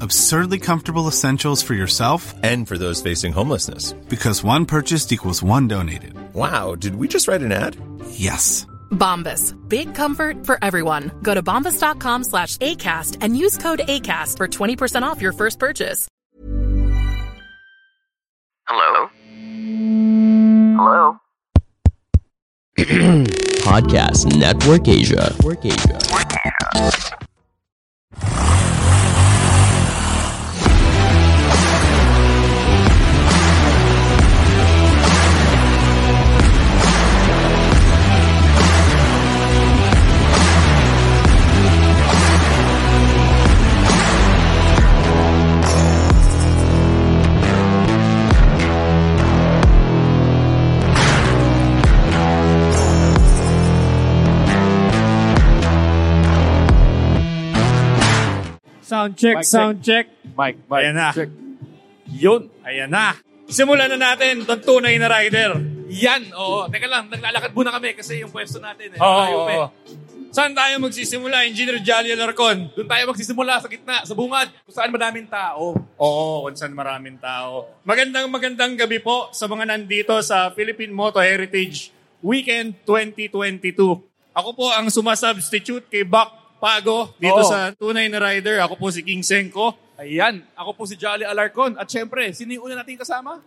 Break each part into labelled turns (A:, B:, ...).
A: Absurdly comfortable essentials for yourself
B: And for those facing homelessness.
A: because one purchased equals one donated.
B: Wow, did we just write an ad?
A: Yes.
C: Bombas. Big comfort for everyone. Go to bombas.com slash ACAST and use code ACAST for 20% off your first purchase.
D: Hello? Hello?
E: Podcast Network Asia. Network Asia.
F: Sound check,
G: Mic
F: sound check.
G: Mike, Mike.
F: Ayan na.
G: check.
F: Yun. Ayan na.
H: Simulan na natin itong tunay na rider. Yan, oo. Teka lang, naglalakad muna kami kasi yung pwesto natin. Eh.
G: Oo,
H: Tayo,
G: oo,
H: pe.
G: oo. Saan tayo magsisimula, Engineer Jolly Alarcon?
H: Doon tayo magsisimula sa gitna, sa bungad, kung saan madaming tao.
G: Oo, kung saan maraming tao. Magandang magandang gabi po sa mga nandito sa Philippine Moto Heritage Weekend 2022. Ako po ang sumasubstitute kay Bak Pago dito
H: Oo.
G: sa Tunay na Rider. Ako po si King Senko.
H: Ayan, ako po si Jolly Alarcon. At syempre, sino yung una nating kasama?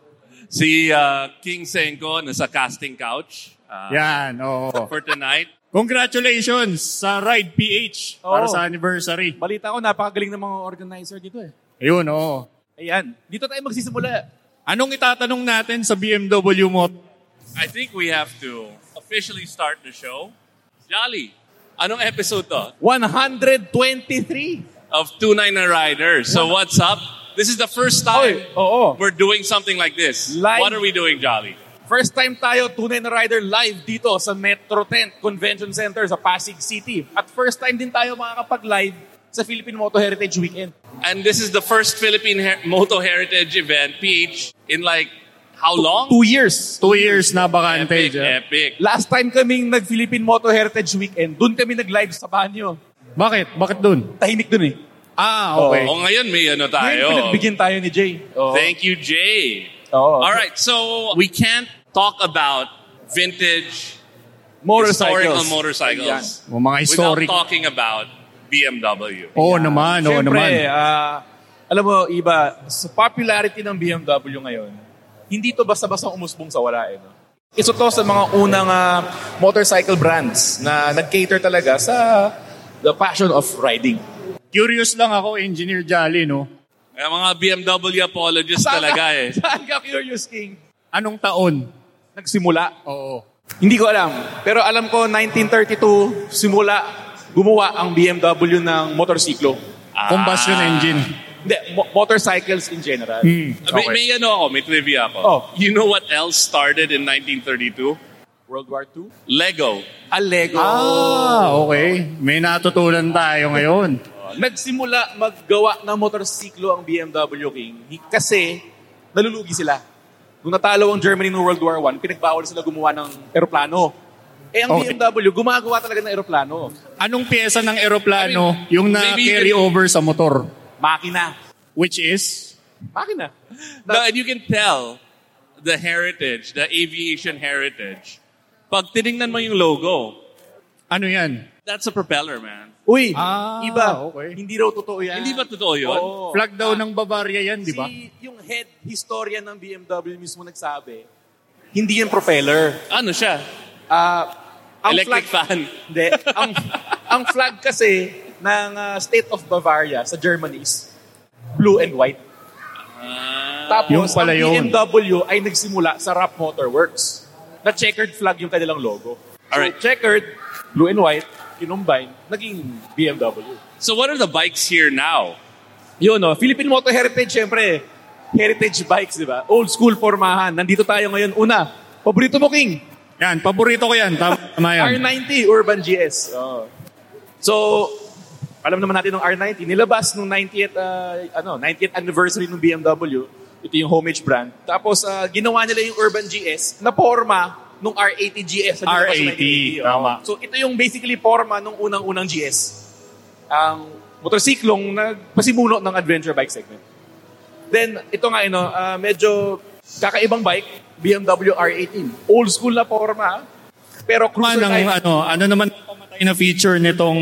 I: Si uh, King Senko nasa casting couch uh,
G: Yan, oo.
I: for tonight.
G: Congratulations sa Ride PH para
H: Oo.
G: sa anniversary.
H: Balita ko, napakagaling ng mga organizer dito eh.
G: Ayun, oo.
H: Ayan, dito tayo magsisimula.
G: Anong itatanong natin sa BMW Moto?
I: I think we have to officially start the show. Jolly, anong episode to?
H: 123!
I: Of 29 na Rider. So what's up? This is the first time
H: Oy, oo.
I: we're doing something like this.
H: Live.
I: What are we doing, Jolly?
H: First time tayo, tunay na rider live dito sa Metro Tent Convention Center sa Pasig City. At first time din tayo makakapag-live sa Philippine Moto Heritage Weekend.
I: And this is the first Philippine Her- Moto Heritage event, PH, in like how long?
H: Two years.
G: Two years na bakante.
I: Epic,
G: dyan.
I: epic.
H: Last time kaming nag-Philippine Moto Heritage Weekend, doon kami nag-live sa banyo.
G: Bakit? Bakit dun?
H: Tahimik doon eh.
G: Ah, okay.
I: O ngayon may ano
H: Ngayon
I: tayo.
H: pinagbigyan tayo ni Jay. Oo.
I: Thank you, Jay.
H: Oo.
I: All right, so we can't talk about vintage historical
H: Ayan.
I: motorcycles
G: O Oh, mga
I: without
G: historic.
I: talking about BMW.
G: Oo naman, oo
H: Siyempre,
G: naman.
H: ah, alam mo, Iba, sa popularity ng BMW ngayon, hindi to basta-basta umusbong sa wala. Eh, no? Isa to sa mga unang ah, motorcycle brands na nag-cater talaga sa the passion of riding.
G: Curious lang ako, Engineer Jolly, no?
I: Kaya mga BMW apologists talaga eh.
H: Saan ka Curious King?
G: Anong taon?
H: Nagsimula.
G: Oo.
H: Hindi ko alam. Pero alam ko, 1932, simula, gumawa ang BMW ng motorsiklo.
G: Ah. Combustion engine.
H: Hindi, mo- motorcycles in general.
G: Hmm.
I: May, may ano ako, may trivia ako.
H: Oh.
I: You know what else started in 1932?
H: World War II?
I: Lego.
H: Ah, Lego.
G: Ah, okay. May natutunan tayo ngayon.
H: Uh, Nagsimula maggawa ng motorsiklo ang BMW King kasi nalulugi sila. Nung natalo ang Germany noong World War I, pinagbawal sila gumawa ng eroplano. Eh, ang
J: Okay.
H: BMW, gumagawa talaga ng aeroplano.
J: Oh, Anong pyesa ng aeroplano yung na-carry over sa motor?
H: Makina.
J: Which is?
H: Makina.
I: No, and you can tell the heritage, the aviation heritage. Pag tinignan mo yung logo,
J: ano yan? Ah,
I: That's a propeller, man.
H: Uy, iba. Hindi raw totoo yan.
I: Hindi ba totoo yun?
H: Oo. Ah.
J: Flag daw ng Bavaria yan, di ba?
H: Si yung head historian ng BMW mismo nagsabi, hindi yan propeller.
I: Ano siya?
H: Ah, ang
I: Electric
H: flag,
I: fan.
H: Hindi. Ang, ang flag kasi ng ah, State of Bavaria sa Germany is blue and white.
I: Ah.
H: Tapos,
J: Yung pala
H: ang
J: yun.
H: BMW ay nagsimula sa Rapp Motor Works. Na checkered flag yung kanilang logo.
I: Alright.
H: So, checkered, blue and white, kinumbine, naging BMW.
I: So what are the bikes here now?
H: Yun, no? Philippine Moto Heritage, syempre. Heritage bikes, di ba? Old school formahan. Nandito tayo ngayon. Una, paborito mo, King?
J: Yan, paborito ko yan. Tama yan.
H: R90 Urban GS. Oo. So, alam naman natin ng R90. Nilabas nung 90th, ah, ano, 90th anniversary ng BMW. Ito yung homage brand. Tapos, ah, ginawa nila yung Urban GS na forma nung R80 GS. na nilabas sa
J: R80,
H: 1980, oo.
J: tama.
H: So, ito yung basically forma nung unang-unang GS. Ang motorsiklong nagpasimuno ng adventure bike segment. Then, ito nga, you know, ah, medyo kakaibang bike, BMW R18. Old school na forma, pero
J: Ano
H: cruiser
J: naman
H: type.
J: ang, ano, ano naman ang pamatay na feature nitong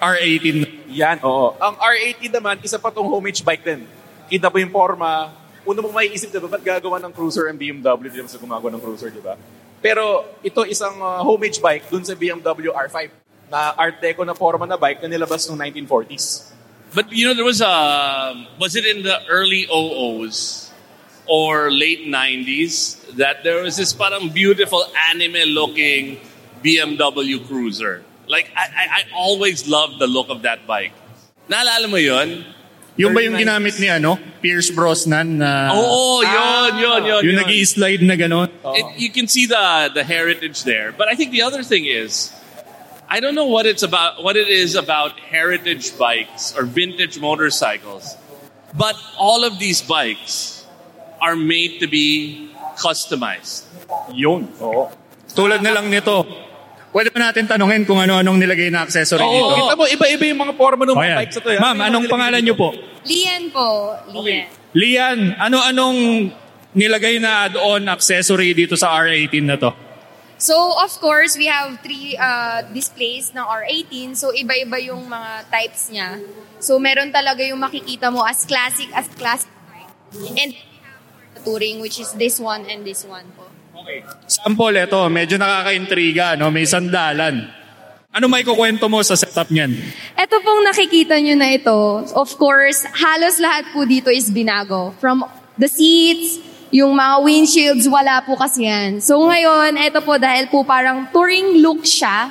J: R18?
H: Yan, oo. Ang R80 naman, isa pa tong homage bike din. Kita po yung forma. Una mo maiisip, diba, ba't gagawa ng cruiser ang BMW? Di naman sa gumagawa ng cruiser, di ba? Pero ito isang uh, homage bike dun sa BMW R5 na Art Deco na forma na bike na nilabas noong 1940s.
I: But you know, there was a was it in the early 00s or late 90s that there was this parang beautiful anime-looking BMW cruiser. Like I, I, I always loved the look of that bike. Naalala mo yun?
J: Yung ba yung ginamit ni ano? Pierce Brosnan na
I: Oo, yun, yun, yun, yun.
J: yung nag slide na gano'n?
I: It, you can see the the heritage there. But I think the other thing is, I don't know what it's about. What it is about heritage bikes or vintage motorcycles, but all of these bikes are made to be customized.
J: Yun. Oo. Tulad na lang nito. Pwede ba natin tanungin kung ano-anong nilagay na accessory
I: Oo.
J: dito?
H: Kita mo, iba-iba yung mga forma ng
J: O,
H: mga
J: yan.
H: bikes na to. eh.
J: Ma'am,
H: Ano yung
J: anong
H: nilagay
J: pangalan
H: dito?
J: niyo po?
K: Lian po. Lian.
J: Lian, ano-anong nilagay na add-on accessory dito sa R18 na to?
K: So, of course, we have three uh, displays ng R18. So, iba-iba yung mga types niya. So, meron talaga yung makikita mo as classic, as classic. And we have for the touring, which is this one and this one po.
J: Sample, ito. Medyo nakakaintriga, no? May sandalan. Ano may kukwento mo sa setup niyan?
K: Ito pong nakikita nyo na ito, of course, halos lahat po dito is binago. From the seats, yung mga windshields, wala po kasi yan. So ngayon, ito po dahil po parang touring look siya.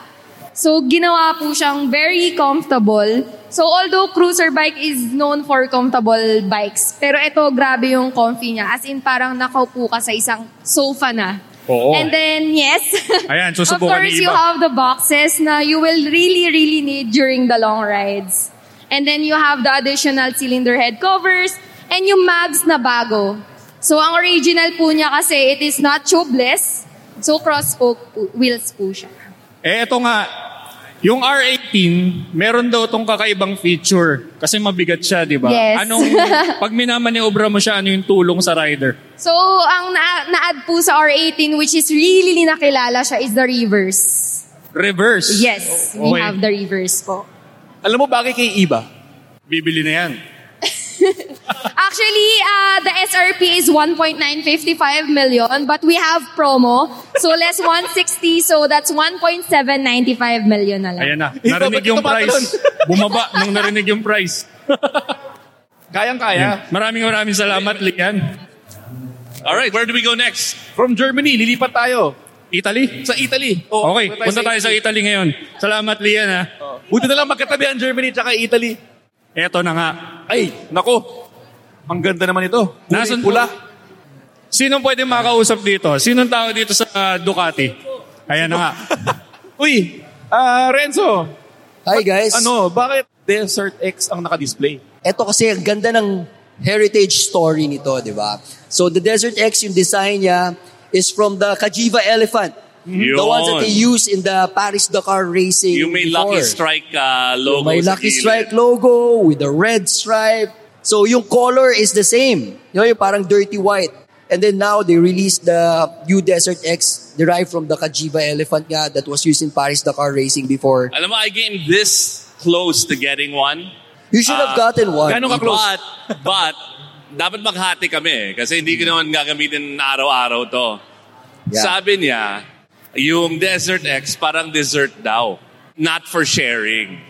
K: So ginawa po siyang very comfortable. So although cruiser bike is known for comfortable bikes, pero ito grabe yung comfy niya. As in parang nakaupo ka sa isang sofa na.
J: Oo.
K: And then, yes.
J: Ayan,
K: of
J: susubukan
K: course,
J: ni
K: you
J: Iba.
K: have the boxes na you will really, really need during the long rides. And then you have the additional cylinder head covers and yung mags na bago. So, ang original po niya kasi it is not tubeless. So, cross-spoke po- wheels po siya.
J: Eh, ito nga. Yung R18, meron daw tong kakaibang feature. Kasi mabigat siya, di ba?
K: Yes.
J: Anong, pag minamaniobra mo siya, ano yung tulong sa rider?
K: So, ang na- na-add po sa R18 which is really nakilala siya is the reverse.
J: Reverse.
K: Yes,
J: O-
K: we
J: okay.
K: have the reverse po.
H: Alam mo bakit kay Iba?
J: Bibili na yan.
K: Actually, uh, the SRP is 1.955 million, but we have promo. So less 160, so that's 1.795 million na lang.
J: Ayan na.
H: Iba,
J: Narinig
H: ba't
J: yung
H: tumatalon?
J: price. Bumaba nung narinig yung price.
H: Kayang-kaya.
J: Maraming maraming salamat, Lian.
I: All right, where do we go next?
H: From Germany, lilipat tayo.
J: Italy?
H: Sa Italy. Oh, Oo,
J: Okay, punta tayo sa Italy ngayon. Salamat, Lian, ha.
H: Oh. Buti na lang magkatabi ang Germany at Italy.
J: Eto na nga.
H: Ay, nako. Ang ganda naman ito. Kulay
J: Nasaan po?
H: pula.
J: Sinong pwede makausap dito? Sinong tao dito sa ah, Ducati? Ayan na nga.
H: Uy, ah, Renzo.
L: Hi guys.
H: Ano, bakit Desert X ang nakadisplay?
L: Ito kasi ang ganda ng heritage story nito, di ba? So the Desert X, yung design niya is from the Kajiva elephant. The ones that they
I: Yun.
L: use in the Paris Dakar racing.
I: Yung may
L: before.
I: Lucky Strike ah, logo
L: May
I: sa
L: Lucky
I: gilid.
L: Strike logo with the red stripe. So yung color is the same. You know, yung parang dirty white. And then now they released the new Desert X derived from the Kajiva elephant nga that was used in Paris Dakar racing before.
I: Alam mo, I came this close to getting one. Ah,
L: You should have gotten one.
I: Gano'n
L: Gaano ka close?
I: But, but, dapat maghati kami eh, kasi hindi ko naman gagamitin araw-araw to. Sabi niya, yung Desert X parang dessert daw. Not for sharing.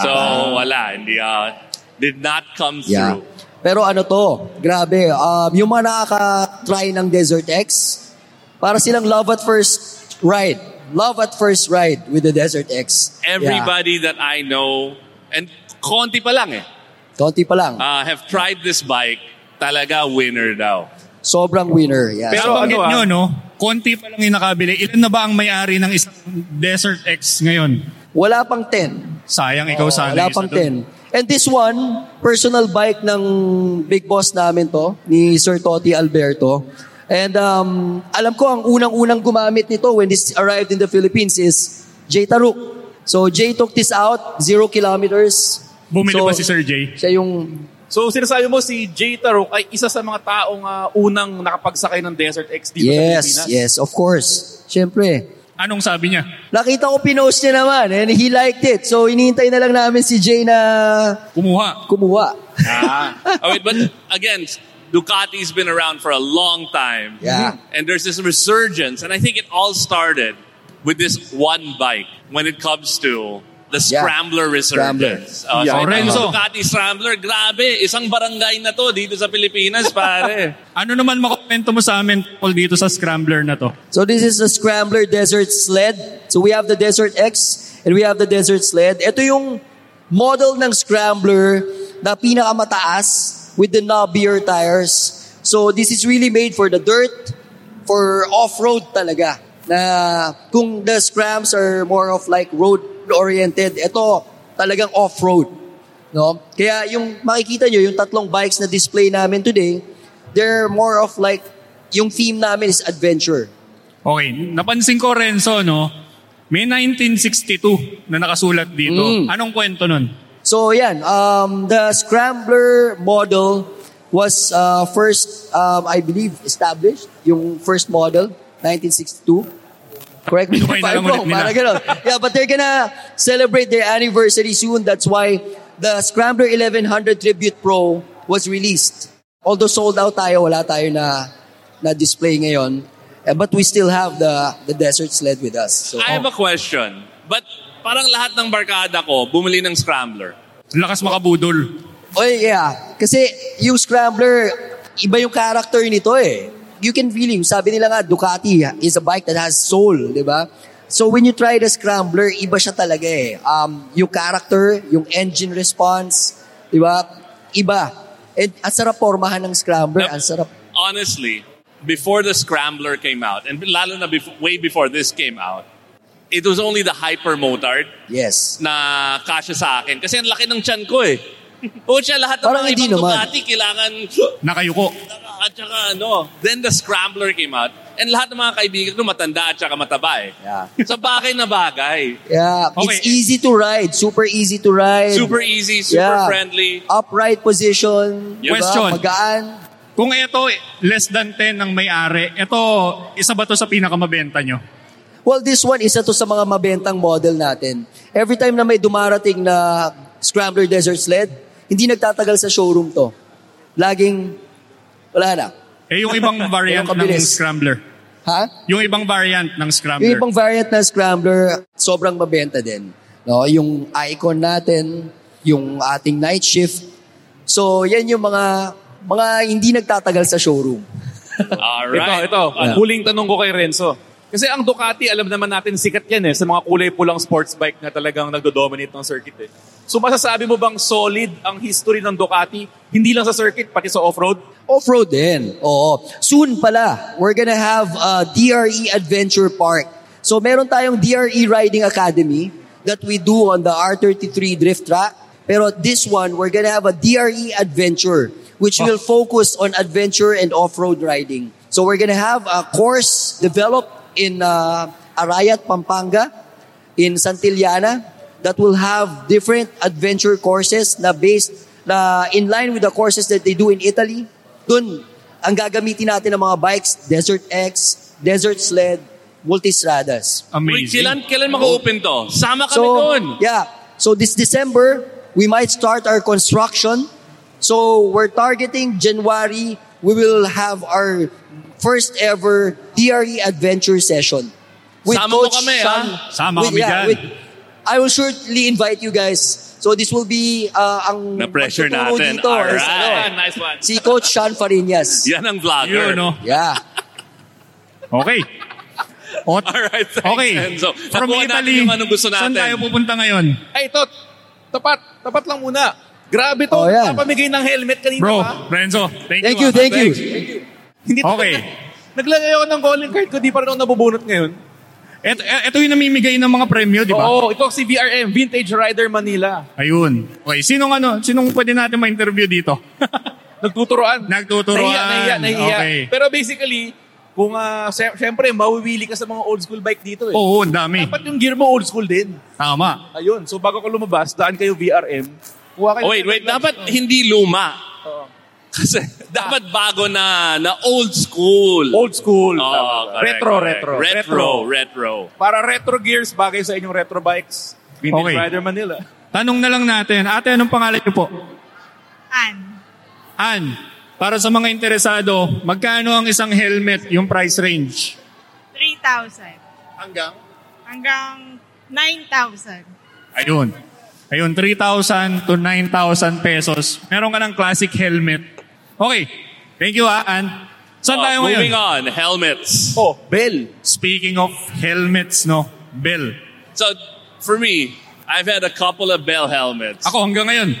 I: So,
L: Ah.
I: wala. Hindi, ah, did not come
L: Yeah.
I: through.
L: Pero ano to, grabe, um, yung mga nakaka-try ng Desert X, para silang love at first ride. Love at first ride with the Desert X.
I: Everybody that I know, and konti pa lang eh,
L: Yeah. Konti pa lang.
I: ah, have tried this bike, talaga winner daw.
L: Sobrang winner. Yeah.
J: Pero ang ano, nyo, no? Konti pa lang yung nakabili. Ilan na ba ang may-ari ng isang Desert X ngayon?
L: Wala pang 10.
J: Sayang, ikaw
L: Oo,
J: sana.
L: Oh, Wala
J: isa
L: pang
J: dun.
L: 10. And this one, personal bike ng big boss namin to, ni Sir Toti Alberto. And um, alam ko, ang unang-unang gumamit nito when this arrived in the Philippines is Jay Taruk. So Jay took this out, zero kilometers.
J: Bumili
L: so,
J: ba si Sir Jay?
L: Siya yung...
H: So sinasabi mo si Jay Tarok ay isa sa mga taong ah, unang nakapagsakay ng Desert X dito sa
L: Yes,
H: Pilipinas.
L: yes, of course. Siyempre.
J: Anong sabi niya?
L: Nakita ko pinost niya naman and he liked it. So inihintay na lang namin si Jay na...
J: Kumuha.
L: Kumuha.
I: Ah. Oh, wait, but again, Ducati's been around for a long time.
L: Yeah.
I: And there's this resurgence, and I think it all started with this one bike when it comes to the scrambler resurgence. Oh,
J: Scrambler. Yeah.
I: so itong
J: Lorenzo.
I: Ducati scrambler, grabe, isang barangay na to dito sa Pilipinas, pare.
J: Ano naman makomento mo sa amin Paul, dito sa Scrambler na to?
L: So this is the Scrambler Desert Sled. So we have the Desert X and we have the Desert Sled. Ito yung model ng Scrambler na pinakamataas with the knobbier tires. So this is really made for the dirt, for off-road talaga. Na kung the Scrams are more of like road-oriented, ito talagang off-road. No? Kaya yung makikita nyo, yung tatlong bikes na display namin today, they're more of like, yung theme namin is adventure.
J: Okay, napansin ko Renzo, no? May 1962 na nakasulat dito.
L: Mm.
J: Anong kwento nun?
L: So yan, um, the Scrambler model was uh, first, um, I believe, established. Yung first model, 1962. Correct me if I'm
J: Dumayo na lang ulit
L: wrong.
J: nila.
L: Parang ganun. Yeah, but they're gonna celebrate their anniversary soon. That's why the Scrambler 1100 Tribute Pro was released. Although sold out tayo, wala tayo na, na display ngayon. Eh, but we still have the, the Desert Sled with us. So,
I: I have a question. But parang lahat ng barkada ko bumili ng scrambler.
J: Lakas makabudol.
L: Oy, yeah. Kasi yung Scrambler, iba yung character nito eh. You can feel him. Sabi nila nga, Ducati is a bike that has soul, di ba? So when you try the Scrambler, iba siya talaga eh. Um, yung character, yung engine response, di ba? Iba. And ang sarap pormahan ng Scrambler. Ang sarap.
I: honestly, before the Scrambler came out, and lalo na before, way before this came out, it was only the Hyper Motard
L: Yes.
I: na kasya sa akin. Kasi ang laki ng tiyan ko eh. O siya, lahat ng
L: Parang
I: mga
L: hindi
I: ibang
L: naman.
I: Ducati kailangan...
J: Nakayuko.
I: At saka ano, then the Scrambler came out. And lahat ng mga kaibigan ko matanda at saka mataba eh. Sa bagay na bagay.
L: Yeah. It's easy to ride. Super easy to ride.
I: Super e- easy, super friendly.
L: Upright position. di ba?
J: Question.
L: Magaan.
J: Kung ito, less than 10 ang may-ari, ito, isa ba to sa pinakamabenta nyo?
L: Well, this one, isa to sa mga mabentang model natin. Every time na may dumarating na Scrambler Desert Sled, hindi nagtatagal sa showroom to. Laging, wala na.
J: Eh, yung ibang variant
L: Yung
J: ng
L: kabilis.
J: Scrambler.
L: Ha?
J: Yung ibang variant ng Scrambler.
L: Yung ibang variant na Scrambler, sobrang mabenta din. No? Yung icon natin, yung ating night shift. So, yan yung mga mga hindi nagtatagal sa showroom.
I: Alright.
H: Ito, ito.
I: Yeah.
H: Huling tanong ko kay Renzo. Kasi ang Ducati, alam naman natin, sikat yan eh, sa mga kulay pulang sports bike na talagang nagdo-dominate ng circuit eh. So masasabi mo bang solid ang history ng Ducati, hindi lang sa circuit, pati sa off-road?
L: Off-road din. Oo. Soon pala, we're gonna have a DRE Adventure Park. So meron tayong DRE Riding Academy that we do on the R33 drift track. Pero this one, we're gonna have a DRE Adventure which will focus on adventure and off-road riding. So we're gonna have a course developed in uh, Arayat, Pampanga, in Santillana, that will have different adventure courses na based na in line with the courses that they do in Italy. Doon, ang gagamitin natin ng mga bikes, Desert X, Desert Sled, Multistradas.
I: Wait, kailan, kailan maka-open to? Sama kami
L: so,
I: doon.
L: Yeah. So this December, we might start our construction. So we're targeting January, we will have our first ever DRE adventure session.
I: Sama mo kami, ha? Sama
L: with-
I: kami dyan.
L: I will surely invite you guys. So this will be uh, ang
I: Na-pressure
L: magtuturo
I: natin.
L: dito is,
I: Alright.
L: ano,
I: Nice one.
L: si Coach Sean Farinas.
I: Yan ang vlogger.
L: Yun, no? Yeah.
J: Okay.
I: All right, thanks,
J: Okay.
I: Enzo.
J: From
I: Nakuha natin
J: Italy,
I: yung anong gusto
J: saan
I: natin.
J: tayo pupunta ngayon?
H: Ay, ito. Tapat. Tapat lang muna. Grabe to.
J: Oh, yan.
H: Napamigay ng helmet kanina
J: Bro,
H: pa.
J: Renzo, thank,
H: Thank you,
J: you. ah.
H: thank you.
J: Thanks.
H: Hindi
J: Okay.
H: Naglagay ako ng calling card ko. Di pa rin ako nabubunot ngayon.
J: Ito, ito e, yung namimigay ng mga premyo, di ba?
H: Oo. Ito si VRM, Vintage Rider Manila.
J: Ayun. Okay, sinong ano, sinong pwede natin ma-interview dito?
H: Nagtuturoan.
J: Nagtuturoan.
H: Nahiya, nahiya, nahiya.
J: Okay.
H: Pero basically, kung ah, sy- syempre, mawiwili ka sa mga old school bike dito eh.
J: Oo, ang dami.
H: Dapat yung gear mo old school din.
J: Tama.
H: Ayun, so bago ka lumabas, daan kayo VRM. Kuha kayo
I: Oh, wait, wait. Dapat hindi luma. Kasi dapat bago na na old school.
H: Old school.
I: Oh,
H: Tama.
I: correct,
H: Retro,
I: correct.
H: retro,
I: Retro,
H: retro.
I: retro.
H: Para retro gears, bagay sa inyong retro bikes. Vintage
J: Okay.
H: Rider Manila.
J: Tanong na lang natin. Ate, anong pangalan niyo po? Ann. Ann. Para sa mga interesado, magkano ang isang helmet, yung price range?
M: 3,000.
H: Hanggang?
M: Hanggang 9,000.
J: Ayun. Ayun, 3,000 to 9,000 pesos. Meron ka ng classic helmet. Okay. Thank you, ah, Ann. Saan
I: Oh,
J: tayo ngayon?
I: moving on, helmets.
H: Oh, Bell.
J: Speaking of helmets, no? Bell.
I: So, for me, I've had a couple of Bell helmets.
J: Ako hanggang ngayon.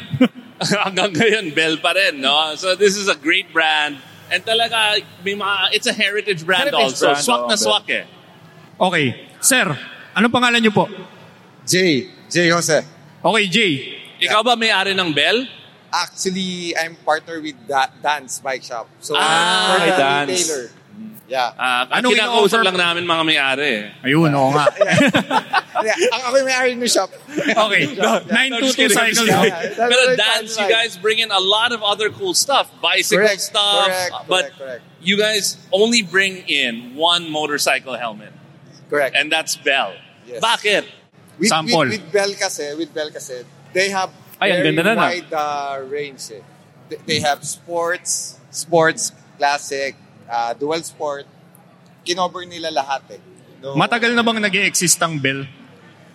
I: Hanggang ngayon, Bell pa rin, no? So, this is a great brand. And talaga, may mga, it's a heritage brand
J: Heritage
I: also.
J: brand,
I: swak
J: oh,
I: na
J: Bell.
I: swak eh.
J: Okay. Sir, anong pangalan niyo po?
N: Jay. Jay Jose.
J: Okay, Jay.
I: Ikaw ba may-ari ng Bell?
N: Actually, I'm partner with da- Dance Bike Shop. So, we're
I: Ah, kay
N: the
I: Dance.
N: retailer. Yeah.
I: Ah,
N: Anong
I: kinakausap
N: ino-offer-
I: lang namin mga may-ari eh.
J: Ayun, oo nga.
N: yeah. Ang ako yung may-ari ng shop.
J: Okay.
I: Just kidding, just kidding.
N: Yeah, that's
I: Pero
N: right,
I: dance, you
N: right.
I: guys bring in a lot of other cool stuff, bicycle
N: Correct,
I: stuff.
N: correct,
I: but
N: correct, correct.
I: you guys only bring in one motorcycle helmet.
N: Correct.
I: And that's Bell.
N: Yes.
I: Bakit?
N: With, With, with Bell kasi, with Bell kasi, they have
I: Ay, ang
N: very
I: ganda na na.
N: wide uh, range eh. They, they have sports, sports, classic, uh, dual sport. Kinover nila lahat eh. No,
J: Matagal na bang nag exist ang Bell?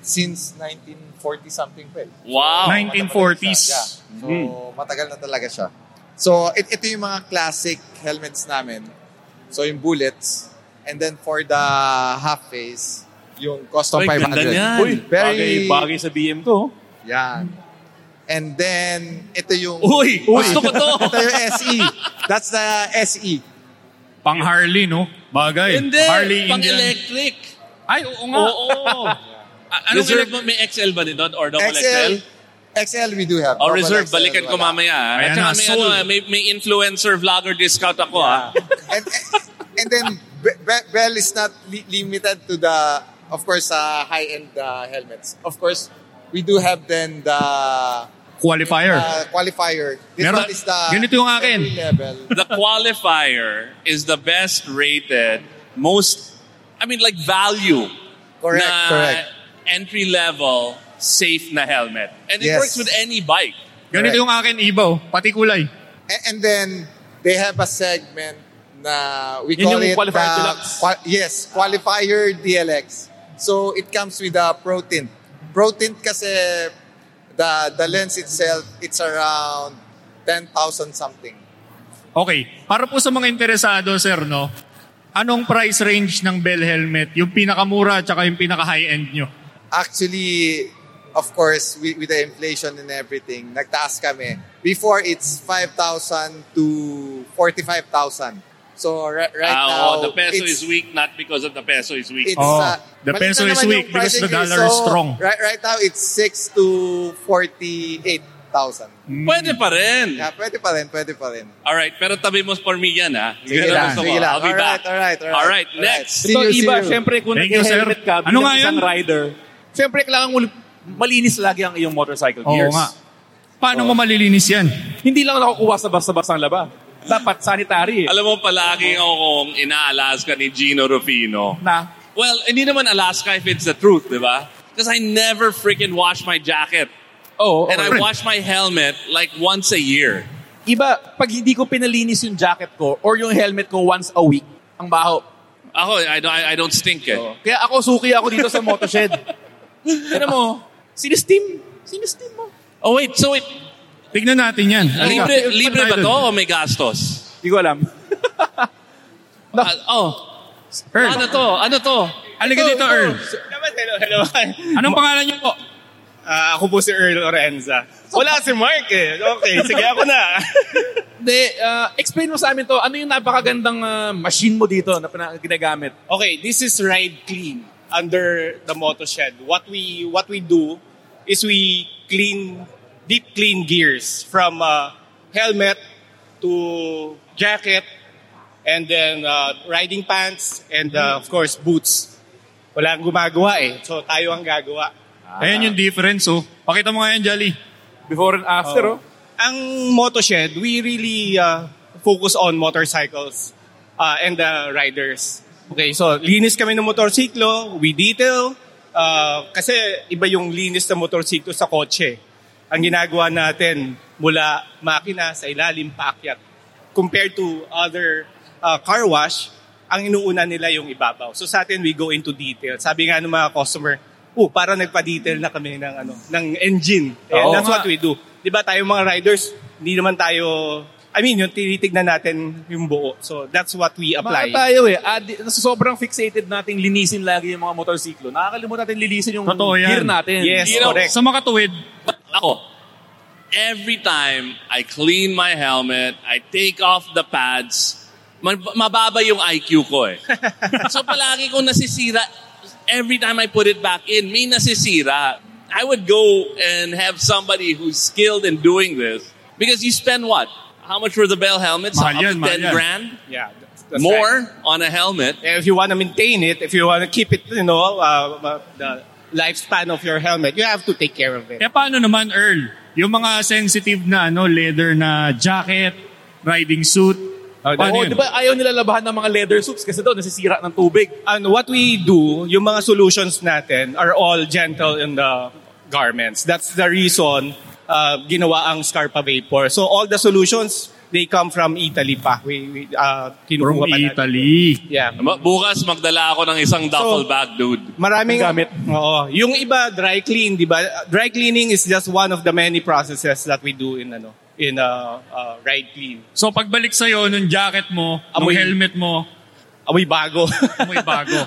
N: Since 1940 something pa eh.
I: Wow.
J: 1940s.
N: Yeah. So,
H: Hmm.
N: matagal na talaga siya. So, it, ito yung mga classic helmets namin. So, yung bullets. And then for the half face, yung custom
H: Ay,
N: 500.
H: ganda niyan.
N: Uy, very...
H: Bagay, bagay sa BM to. oh.
N: Yan. And then, ito yung...
H: Uy, gusto ko to.
N: ito yung SE. That's the E. SE.
J: Pang Harley, no? Bagay.
I: Hindi,
J: Harley
I: pang
J: Indian.
I: electric.
J: Ay, oo nga.
I: Oo. Ah, Anong
N: Reserve-
I: reserve ba? May XL ba nito? Or double
N: XL.
I: XL?
N: XL we do have.
I: O
N: Double
I: reserve,
N: XL,
I: balikan ko
N: wala.
I: mamaya. ah. At
N: Ayan
I: saka
N: na,
I: may,
N: sold.
I: ano, ah, may, may influencer vlogger discount ako ah.
N: And then, Be- Be- Bell is not li- limited to the, of course, uh, high-end uh, helmets. Of course, we do have then the
J: Qualifier.
N: uh, qualifier. This
I: Meron-
N: one is the
I: Ganito yung akin.
N: entry level.
I: the qualifier is the best rated, most, I mean, like value.
N: Correct,
I: na
N: correct.
I: Entry level, safe na helmet. And it
N: Yes.
I: works with any bike.
J: Ganito yung akin ibaw, pati kulay.
N: And, and then they have a segment na we
J: Yun
N: call
J: yung
N: it
J: qualifier
N: uh,
J: deluxe.
N: qua- yes, qualifier DLX. So it comes with a pro tint. Pro tint kasi the the lens itself it's around 10,000 something.
J: Okay. Para po sa mga interesado, sir, no? Anong price range ng Bell helmet? Yung pinakamura at saka yung pinaka-high-end nyo.
N: Actually, of course, with, with the inflation and everything, nagtaas kami. Before it's 5,000 to 45,000. So ri- right
I: Ah,
N: now
I: oh, the peso
N: it's-
I: is weak, not because of the peso is weak.
N: It's, uh, maliit na naman yung price increase. So, Right, right now, it's 6 to 48,000. 1,000.
I: Pwede pa rin.
N: Yeah, pwede pa rin, pwede pa rin.
I: Alright, pero tabi mo for me yan, ha?
N: Sige
I: Ganun
N: lang,
I: gusto ko.
N: sige lang.
I: I'll be
N: Alright,
I: back.
N: alright, alright.
I: Alright, next.
H: Ito iba, syempre kung
I: Thank you, sir.
H: nag-helmet ka,
I: Ano
H: ano
I: nga
H: isang
I: yun?
H: rider, syempre kailangan mo malinis lagi ang iyong motorcycle
J: Oo
H: gears.
J: nga. Paano mo malilinis yan?
H: Hindi lang nakukuha sa basta-bastang laba. Dapat sanitary eh.
I: Alam mo, palagi ako kung ina-Alaska ni Gino Rufino.
H: Na?
I: Well, hindi naman Alaska if it's the truth, di ba? Because I never freaking wash my jacket.
H: Oh,
I: And I wash my helmet like once a year.
H: Iba, pag hindi ko pinalinis yung jacket ko or yung helmet ko once a week, ang baho.
I: Ako, I, don't- I don't stink eh.
H: Kaya ako, suki ako dito sa motoshed. Tignan mo, sinistim. Sinistim mo.
I: Oh wait, so wait.
J: Tignan natin yan.
I: Libre, libre ba to o may gastos?
H: Hindi ko alam.
I: Ah, oh. Ano to? Ano to?
J: Halika
I: Ito,
J: dito,
I: ito.
J: Earl.
O: Hello, hello.
J: Anong pangalan niyo po?
O: Ah, ako po si Earl Orenza. Wala si Mark eh. Okay, sige ako na.
H: Hindi, ah, explain mo sa amin to. Ano yung napakagandang ah, machine mo dito na pina- ginagamit?
O: Okay, this is Ride Clean under the Moto Shed. What we what we do is we clean deep clean gears from uh, helmet to jacket and then uh, riding pants and uh, of course boots. Wala ang gumagawa eh. So tayo ang gagawa.
J: Ayan yung difference, oh. Pakita mo nga yan, Jolly.
H: Before and oh.
O: Oo. Ang Moto Shed, we really uh, focus on motorcycles uh, and the riders. Okay, so linis kami ng motorsiklo, we detail, uh, kasi iba yung linis ng motorsiklo sa kotse. Ang ginagawa natin mula makina sa ilalim paakyat. Compared to other uh, car wash, ang inuuna nila yung ibabaw. So sa atin, we go into detail. Sabi nga ng mga customer, oh, para nagpa-detail na kami ng, ano, ng engine. And
H: Oo
O: that's
H: nga.
O: what we do. Di ba tayo mga riders, hindi naman tayo, I mean, yung tinitignan natin yung buo. So that's what we apply.
H: Mga tayo eh. Adi, nasa sobrang fixated nating linisin lagi yung mga motorsiklo. Nakakalimutan natin linisin yung
J: Totoo yan.
H: gear natin.
I: You know,
J: Sa makatuwid,
I: Ako, every time I clean my helmet, I take off the pads, ma- mababa yung IQ ko eh. so palagi kong nasisira. Every time I put it back in, may nasisira. I would go and have somebody who's skilled in doing this because you spend what? How much were the Bell helmets?
O: Mahal yan,
I: Up to
O: mahal
I: 10
O: yan.
I: grand?
O: Yeah. that's
I: More on a helmet.
O: If you want to maintain it, if you want to keep it, you know, uh, the lifespan of your helmet, you have to take care of it.
J: Eh paano naman Earl? Yung mga sensitive na ano, leather na jacket, riding suit.
O: Ano
H: Oo, Oh, di ba ayaw nila labahan ng mga leather suits kasi daw nasisira ng tubig.
O: And what we do, yung mga solutions natin are all gentle in the garments. That's the reason uh, ginawa ang Scarpa Vapor. So all the solutions, they come from Italy pa. We, we, uh, kinukuha
J: From
O: pa natin.
J: Italy.
O: Yeah.
I: Ma- Bukas magdala ako ng isang duffel bag, dude.
O: Maraming
I: Gamit.
O: Oo. Yung iba dry clean, 'di ba? Dry cleaning is just one of the many processes that we do in ano, in uh, uh ride clean.
J: So pagbalik sa'yo, nung jacket mo, nung
O: Amoy-
J: helmet mo,
O: amoy bago.
J: amoy bago.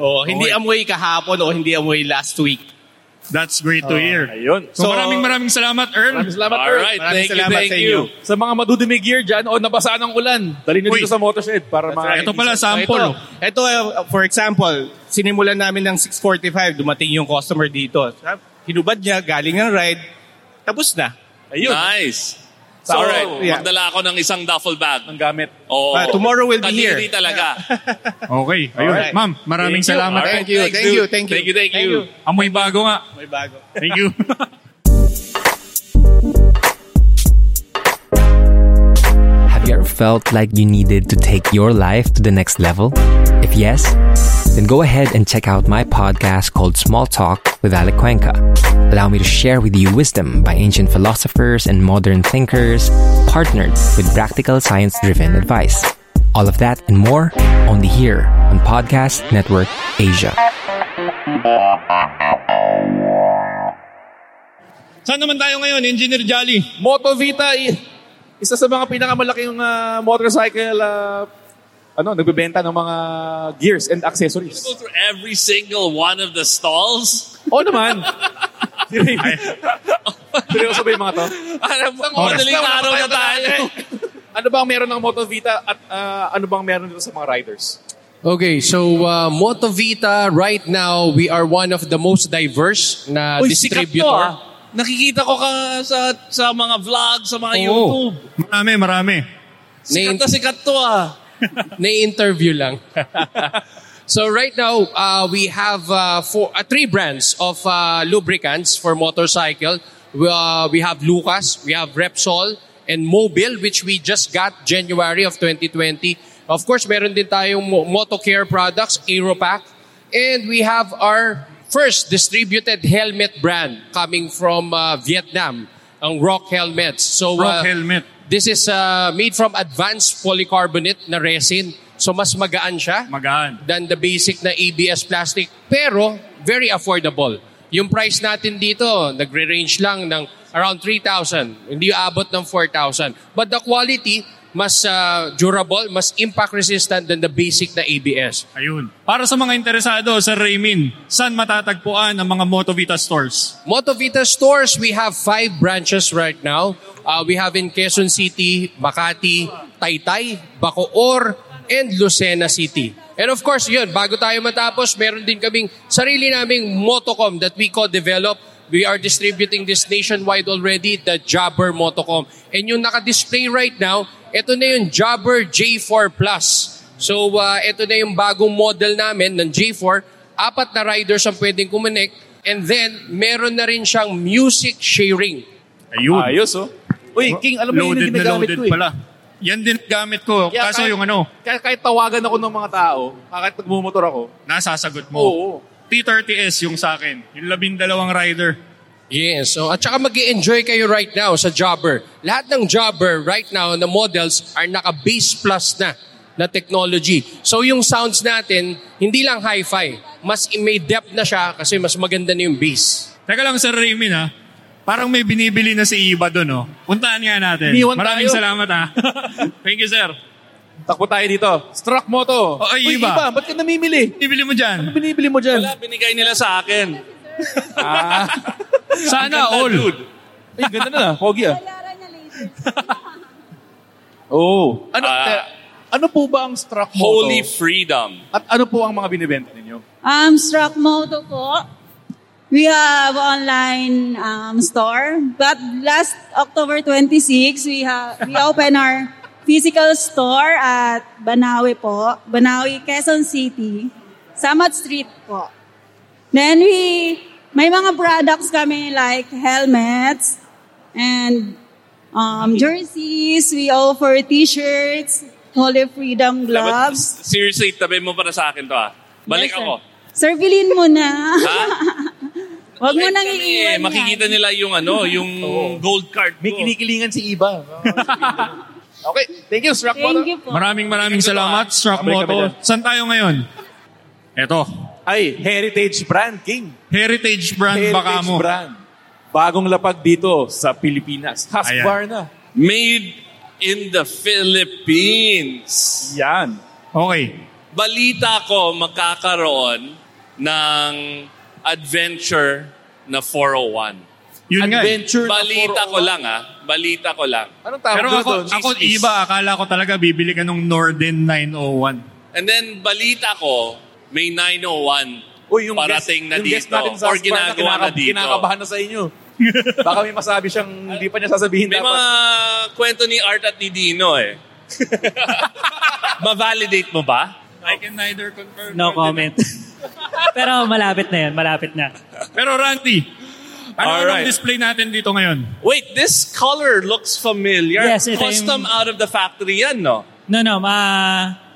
O: Oo, hindi amoy kahapon o hindi amoy last week.
J: That's great to
O: Oo,
J: hear.
H: Ah, ayun.
O: So,
J: So, maraming maraming salamat, Earl.
H: Maraming salamat, Earl. Maraming salamat sa
J: inyo.
H: inyo. Sa mga madudumi gear dyan o nabasaan ng ulan, dali nyo dito sa motoshed para mga...
O: Ito,
J: oh.
O: ito, uh, for example, sinimulan namin ng 6.45, dumating yung customer dito. Hinubad niya, galing ng ride, tapos na.
I: Ayun. Nice.
O: So,
I: So, Alright,
O: yeah.
I: magdala ako ng isang duffel bag. Ang
H: gamit.
I: Oo.
O: Ah, tomorrow will be here.
I: Kadiri talaga.
J: Okay, ayun.
I: Alright.
J: Ma'am, maraming
I: Thank you.
J: salamat.
I: Alright, Thank you, thanks, thank you, dude. thank you. Thank you, thank Thank you. you.
J: Amoy bago nga.
O: May bago.
J: Thank you.
P: Have you ever felt like you needed to take your life to the next level? If yes, then go ahead and check out my podcast called Small Talk with Alec Cuenca. Allow me to share with you wisdom by ancient philosophers and modern thinkers, partnered with practical science driven advice. All of that and more only here on Podcast Network Asia.
J: Saan naman tayo ngayon, Engineer Jolly?
H: Motovita, i- isa sa mga pinakamalaking ah, motorcycle ah, ano, nagbebenta ng mga gears and accessories.
I: Go through every single one of the stalls.
H: Oo naman. Seryoso ba yung mga to?
I: Alam mo, madaling araw na tayo.
H: ano bang meron ng Motovita at ah, ano bang meron dito sa mga riders?
Q: Okay, so uh, Motovita, right now, we are one of the most diverse na
H: Uy, sikat to,
Q: distributor.
H: ah.
I: Nakikita ko ka sa sa mga vlog, sa mga
J: Oo.
I: ah. YouTube.
J: Marami, marami.
I: Sikat na sikat to ah.
Q: Na-interview lang. so right now, uh, we have uh, four, uh, three brands of uh, lubricants for motorcycle. We, uh, we have Lucas, we have Repsol, and Mobil, which we just got January of 2020. Of course, meron din tayong mo- Motocare products, Aeropack. And we have our first distributed helmet brand coming from uh, Vietnam, ang Rock Helmets. So,
J: Rock
Q: uh,
J: helmet.
Q: This is uh, made from advanced polycarbonate na resin. So mas magaan siya magaan. than the basic na ABS plastic. Pero very affordable. Yung price natin dito, nagre-range lang ng around 3,000. Hindi abot ng 4,000. But the quality, mas uh, durable, mas impact resistant than the basic na ABS.
J: Ayun. Para sa mga interesado sa Raymin, saan matatagpuan ang mga Motovita stores?
Q: Motovita stores, we have five branches right now. Uh, we have in Quezon City, Makati, Taytay, Bacoor, and Lucena City. And of course, yun, bago tayo matapos, meron din kaming sarili naming Motocom that we co-develop. We are distributing this nationwide already, the Jabber Motocom. And yung naka-display right now, ito na yung Jabber J4 Plus. So, uh, ito na yung bagong model namin ng J4 apat na riders ang pwedeng kumonek. And then, meron na rin siyang music sharing.
J: Ayun.
Q: Ayos, oh.
H: Uy, King, alam mo, yun
J: loaded
H: yung
J: na
H: ginagamit
J: loaded
H: ko eh.
J: pala. Yan din ang gamit ko.
H: Kaya
J: Kaso
H: kahit-
J: yung ano,
H: Kaya kahit tawagan ako ng mga tao, kahit nagmumotor ako,
J: nasasagot mo.
H: Oo.
J: T30S yung sa akin. Yung labindalawang rider.
Q: Yes. So, at saka mag enjoy kayo right now sa Jobber. Lahat ng Jobber right now na models are naka-base plus na na technology. So yung sounds natin, hindi lang hi-fi. Mas may depth na siya kasi mas maganda na yung bass.
J: Teka lang, Sir Raymond ha. Parang may binibili na si Iba doon, no? Puntahan nga natin.
H: Iniwan
J: Maraming
H: tayo.
J: salamat, ah. ha? Thank you, sir.
H: Takbo tayo dito. Struck mo to.
J: Oh, ay,
H: Uy,
J: Iba.
H: Iba, ba't ka namimili?
J: Ibili mo dyan.
H: Ano binibili mo dyan?
I: Wala, binigay nila sa akin.
J: Ah. ano,
H: Sana all. Ay, ganda na. Pogi ah. oh. Ano,
I: Ah.
H: ano po ba ang struck mo
I: Holy
H: to?
I: freedom.
H: At ano po ang mga binibenta ninyo?
R: Um, Struck Moto po. We have online um, store. But last October 26, we have we open our physical store at Banawi po. Banawi, Quezon City. Samat Street po. Then we, may mga products kami like helmets and um, jerseys. We offer t-shirts, Holy Freedom gloves.
I: Seriously, tabi mo para sa akin to ah. Balik ako.
R: Sir, bilhin mo na.
I: Ha?
R: Huwag mo nang
I: Eh,
R: iiwan yan.
I: makikita nila yung ano, yung gold card ko. May
H: kinikilingan si Iba. Okay, thank you, Struck Moto.
R: Thank you po.
J: Maraming maraming salamat, Struck
H: Abay,
J: Moto.
H: kabila.
J: Saan tayo ngayon? Eto.
H: Ay, Heritage Brand, King.
J: Heritage Brand,
H: Heritage
J: baka mo.
H: Brand. Bagong lapag dito sa Pilipinas. Husqvarna.
I: Made in the Philippines.
H: Yan.
J: Okay.
I: Balita ko magkakaroon ng adventure na 401.
J: Yun nga eh. Adventure na
I: Balita
H: oh
I: ko lang ah. Balita ko lang. Anong
J: Pero ako, ako iba, akala ko talaga bibili ka nung Norden 901.
I: And then balita ko, may 901
H: Uy, yung
I: parating
H: guest,
I: na
H: yung
I: dito
H: guest natin sa
I: or
H: Husqvarna,
I: ginagawa na
H: kinaka-
I: dito.
H: Kinakabahan na sa inyo. Baka may masabi siyang hindi pa niya sasabihin
I: May
H: dapat.
I: mga kwento ni Art at ni Dino eh. Ma-validate mo ba?
J: I can neither confirm
S: No comment. Pero malapit na yun, malapit na.
J: Pero Randy, ano
I: Alright.
J: ang display natin dito ngayon?
I: Wait, this color looks familiar.
S: Yes, ito yung-
I: Custom out of the factory yan, no?
S: No, no, ma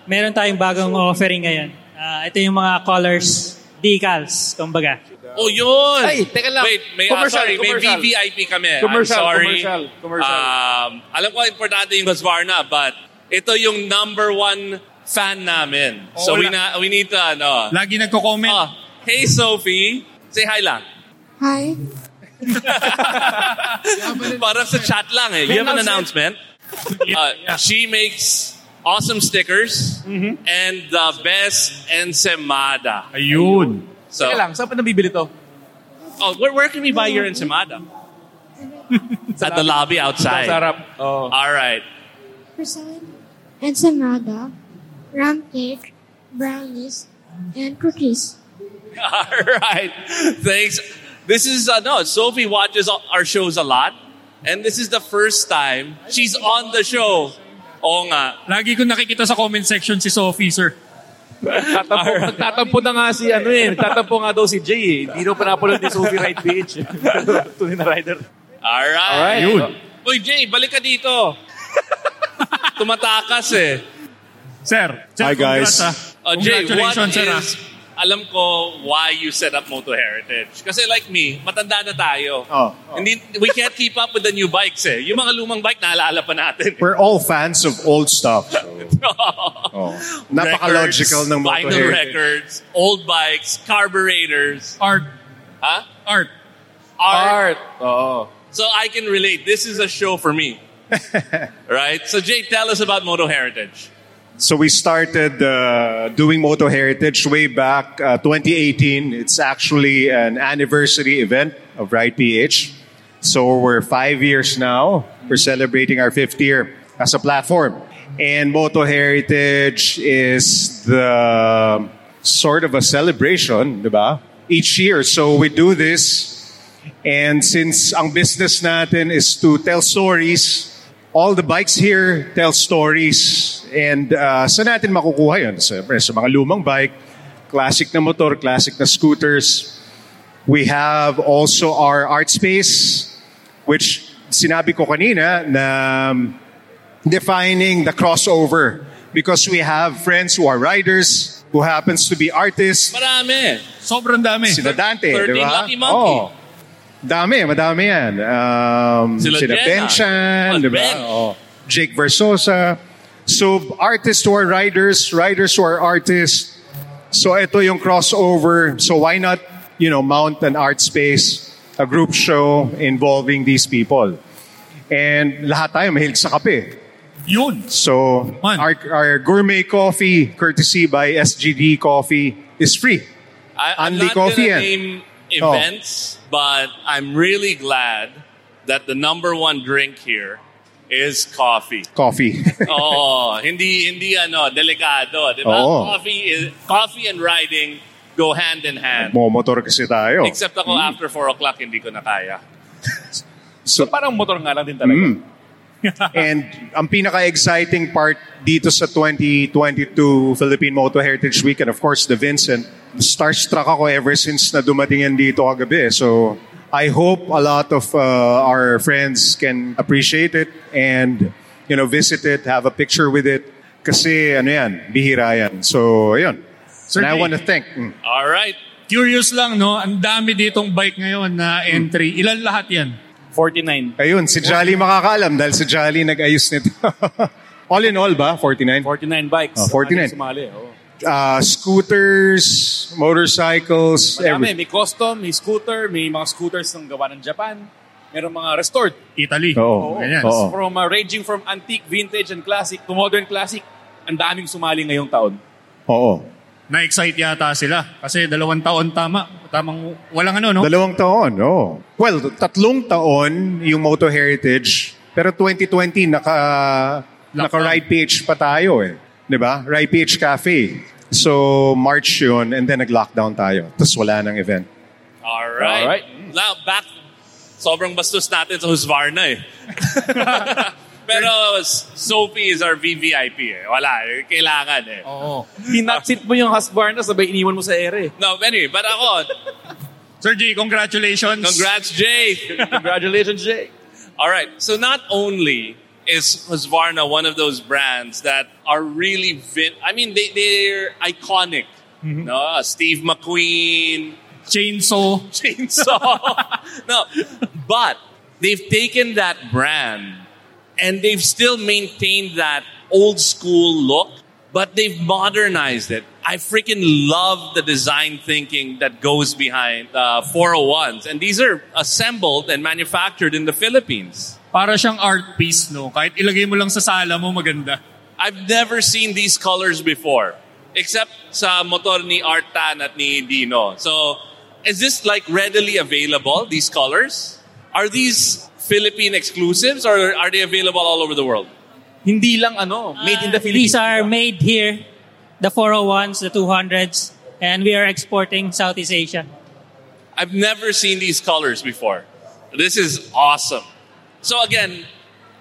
S: meron tayong bagong offering ngayon. Ah, ito yung mga colors, decals, kumbaga.
I: Oh, yun!
S: Ay, teka lang.
I: Wait, may, ah,
S: Commercial,
I: sorry,
S: commercial.
I: may VVIP kami.
S: Commercial,
I: I'm sorry.
S: commercial,
H: commercial.
I: Um, alam ko importante yung Husqvarna, but ito yung number one fan namin.
S: Oh,
I: so
J: Oo,
I: we,
J: la-
I: na, we need to, ano.
J: Lagi nagko-comment.
I: Oh, hey, Sophie. Say hi lang.
T: Hi.
I: Parang sa chat lang eh. You have an announcement. Uh, she makes awesome stickers
S: Mm-hmm.
I: and the best ensemada.
J: Ayun.
I: So,
H: Teka lang, saan pa nabibili to?
I: Oh, where, where can we buy your ensemada? At the lobby outside.
H: Sa harap.
I: All right.
T: Croissant, ensamada, rum cake, brownies, and cookies.
I: All right. Thanks. This is uh, no. Sophie watches o- our shows a lot, and this is the first time she's on the show. Oo nga.
J: Lagi ko nakikita sa comment section si Sophie, sir.
H: Tatampo, tatampo na nga si ano eh. Tatampo nga daw si Jay eh. Hindi daw pinapulot ni Sophie right bitch. Tuloy na rider.
I: Alright.
H: Alright. Yun.
I: Uy, Jay, balik ka dito. Tumatakas eh.
J: Sir. sir
A: Hi, guys.
J: congrats, ah.
I: Uh, Jay, what
J: Congratulations, sir, ah.
I: is, alam ko why you set up Moto Heritage. Kasi like me, matanda na tayo.
M: Oh.
I: Hindi, we can't keep up with the new bikes eh. Yung mga lumang bike, naalala pa natin.
M: We're all fans of old stuff. So. oh. Napaka-logical ng Moto
I: Vinyl
M: Heritage.
I: records, old bikes, carburetors.
J: Art.
I: Huh?
J: Art.
I: Art. So I can relate. This is a show for me. right? So Jay, tell us about Moto Heritage.
M: So we started uh, doing Moto Heritage way back uh, 2018. It's actually an anniversary event of Ride PH. So we're five years now. We're celebrating our fifth year as a platform. And Moto Heritage is the sort of a celebration, diba? Each year. So we do this And since ang business natin is to tell stories, all the bikes here tell stories. And uh, saan natin makukuha yun? Siyempre, sa mga lumang bike, classic na motor, classic na scooters. We have also our art space, which sinabi ko kanina na um, defining the crossover. Because we have friends who are riders, who happens to be artists.
I: Marami.
J: Sobrang dami.
M: Sila Dante,
I: 13
M: di ba? Oh.
I: Lucky Monkey.
M: Oo. Dami, madami yan. Um,
I: Sila
M: sila
I: Jenna.
M: Benchan, di ba? Oo. Jake Versosa. So, artists who are riders, riders who are artists. So, ito yung crossover. So, why not, you know, mount an art space, a group show involving these people? And lahat tayo mahilig sa kape.
J: Yun.
M: So, our, our gourmet coffee, courtesy by SGD Coffee, is free.
I: I, I'm
M: Andy
I: not
M: Coffey
I: gonna
M: yan.
I: name
M: Oh.
I: events, but I'm really glad that the number one drink here is coffee.
M: Coffee.
I: oh, hindi hindi ano, delikado, di ba?
M: Oo.
I: Coffee is coffee and riding go hand in hand.
M: Momotor kasi tayo. Mm.
I: Except ako after 4 o'clock hindi ko na kaya.
M: So,
H: parang motor nga lang din talaga.
M: Mm. And ang pinaka-exciting part dito sa 2022 Philippine Moto Heritage Week and of course the Vincent, starstruck ako ever since na dumating yan dito kagabi. So I hope a lot of uh, our friends can appreciate it and you know visit it, have a picture with it. Kasi ano yan, bihira yan. So yun. and I
J: Jay.
M: want to thank. mm.
I: All right.
J: Curious lang, no? Ang dami ditong bike ngayon na entry. Ilan lahat yan?
H: 49.
M: Ayun, si Jolly makakaalam dahil si Jolly nag-ayos nito. all in all ba? 49?
H: 49 bikes.
M: Oh, 49.
H: Sumali, oh.
M: uh, scooters, motorcycles,
H: Marami,
M: everything.
H: may custom, may scooter, may mga scooters ng gawa ng Japan. Merong mga restored.
J: Italy.
M: Oo, ganyan. Oo.
H: From uh, ranging from antique, vintage, and classic to modern classic. Ang daming sumali ngayong taon.
M: Oo.
J: Na-excite yata sila. Kasi dalawang taon tama. Tamang, walang ano, no?
M: Dalawang taon, oo. Well, tatlong taon yung Moto Heritage, pero 2020 naka naka-Ride PH pa tayo eh. 'Di ba? Ride PH Cafe. So, March yun, and then nag-lockdown tayo. Tapos wala nang event.
I: All right.
M: Alright.
I: Now back sobrang bastos natin sa Husqvarna eh. Pero Sophie is our VVIP eh. Wala, eh. kailangan eh.
H: Oo. Dinatsit mo yung Husqvarna, sabay iniwan mo sa ere.
I: No, anyway, but ako,
J: Sir G, congratulations.
I: Congrats, Jay.
H: Congratulations, Jay.
I: All right. So not only is Husqvarna one of those brands that are really, vin- I mean, they, they're iconic. No, uh, Steve McQueen,
J: Mm-hmm. Chainsaw,
I: chainsaw. no, but they've taken that brand and they've still maintained that old school look, but they've modernized it. I freaking love the design thinking that goes behind uh, 401s, and these are assembled and manufactured in the Philippines.
J: Para siyang art piece, no? Kahit ilagay mo lang sa sala mo, maganda.
I: I've never seen these colors before, except sa motor ni Artan at ni Dino. So, is this like readily available, these colors? Are these Philippine exclusives or are they available all over the world?
H: Hindi lang ano, made in the
S: Ah, These are made here, oh the 401s, the 200s, and we are exporting Southeast Asia.
I: I've never seen these colors before. This is awesome. So again,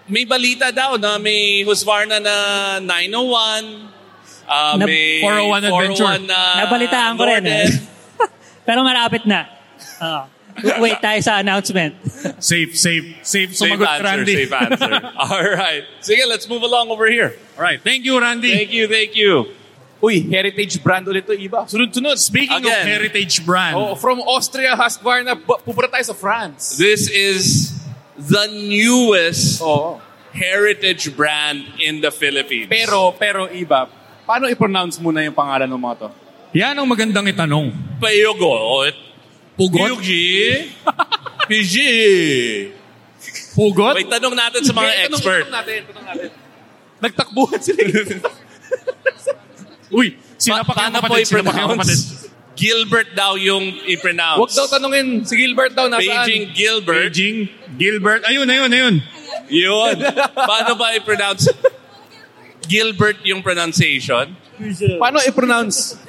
I: may balita daw na may Husqvarna na 901, uh,
S: Na-
I: may
S: 401 Adventure.
I: 401 na
S: Nabalitaan ko rin. eh. Ah. Pero malapit na. Oo. wait tayo sa announcement.
J: Safe, safe, safe
I: Safe
J: sumagot,
I: answer,
J: Randy.
I: safe answer. All right. Sige, let's move along over here. All right. Thank you, Randy. Thank you, thank you.
H: Uy, heritage brand ulit to, iba. Sunod-sunod.
J: Speaking of heritage brand.
H: Oh, from Austria, Husqvarna, bu- pupunta tayo sa France.
I: This is the newest heritage brand in the Philippines.
H: Pero, pero iba, paano i-pronounce muna yung pangalan ng mga to?
J: Yan ang magandang itanong.
I: Payogot.
J: Pugot?
I: Yugi. PG.
J: Pugot?
I: Wait, tanong natin sa mga
H: Hindi, tanong-
I: expert.
H: Tanong natin, tanong natin.
J: Nagtakbuhan sila. Uy, sinapak yung
I: Paano po
J: kapatid, sinapak yung kapatid.
I: i-pronounce? Gilbert daw yung i-pronounce.
H: Huwag daw tanungin si Gilbert daw nasaan.
I: Beijing Gilbert.
J: Beijing Gilbert. Ayun, ayun, ayun.
I: Yun. Paano ba i-pronounce? Gilbert yung pronunciation.
H: Paano i-pronounce?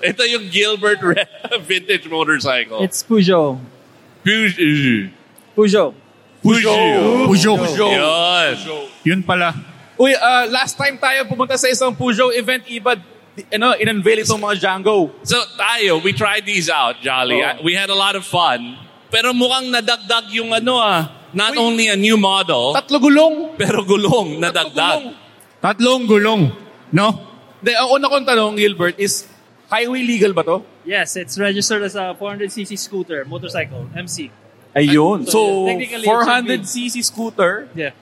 I: Ito yung Gilbert Red Vintage Motorcycle.
G: It's Peugeot.
I: Peugeot.
G: Peugeot.
J: Peugeot. Peugeot.
I: Yun.
J: Yun pala.
H: Uy, ah, last time tayo pumunta sa isang Peugeot event, iba, di- ano, in-unveil itong mga Django.
I: So tayo, we tried these out, Jolly.
J: Oh.
H: Oo.
I: We had a lot of fun. Pero mukhang nadagdag yung ano ah. Not only a new model.
H: Tatlo gulong.
I: Oh. Pero gulong, nadagdag.
J: Tatlong gulong. No?
H: De, ang una kong tanong, Gilbert, is highway legal ba to?
G: Yes, it's registered as a 400cc scooter, motorcycle, MC.
H: Ayun. So,
G: Technically, it should
H: 400cc scooter,
G: Yeah.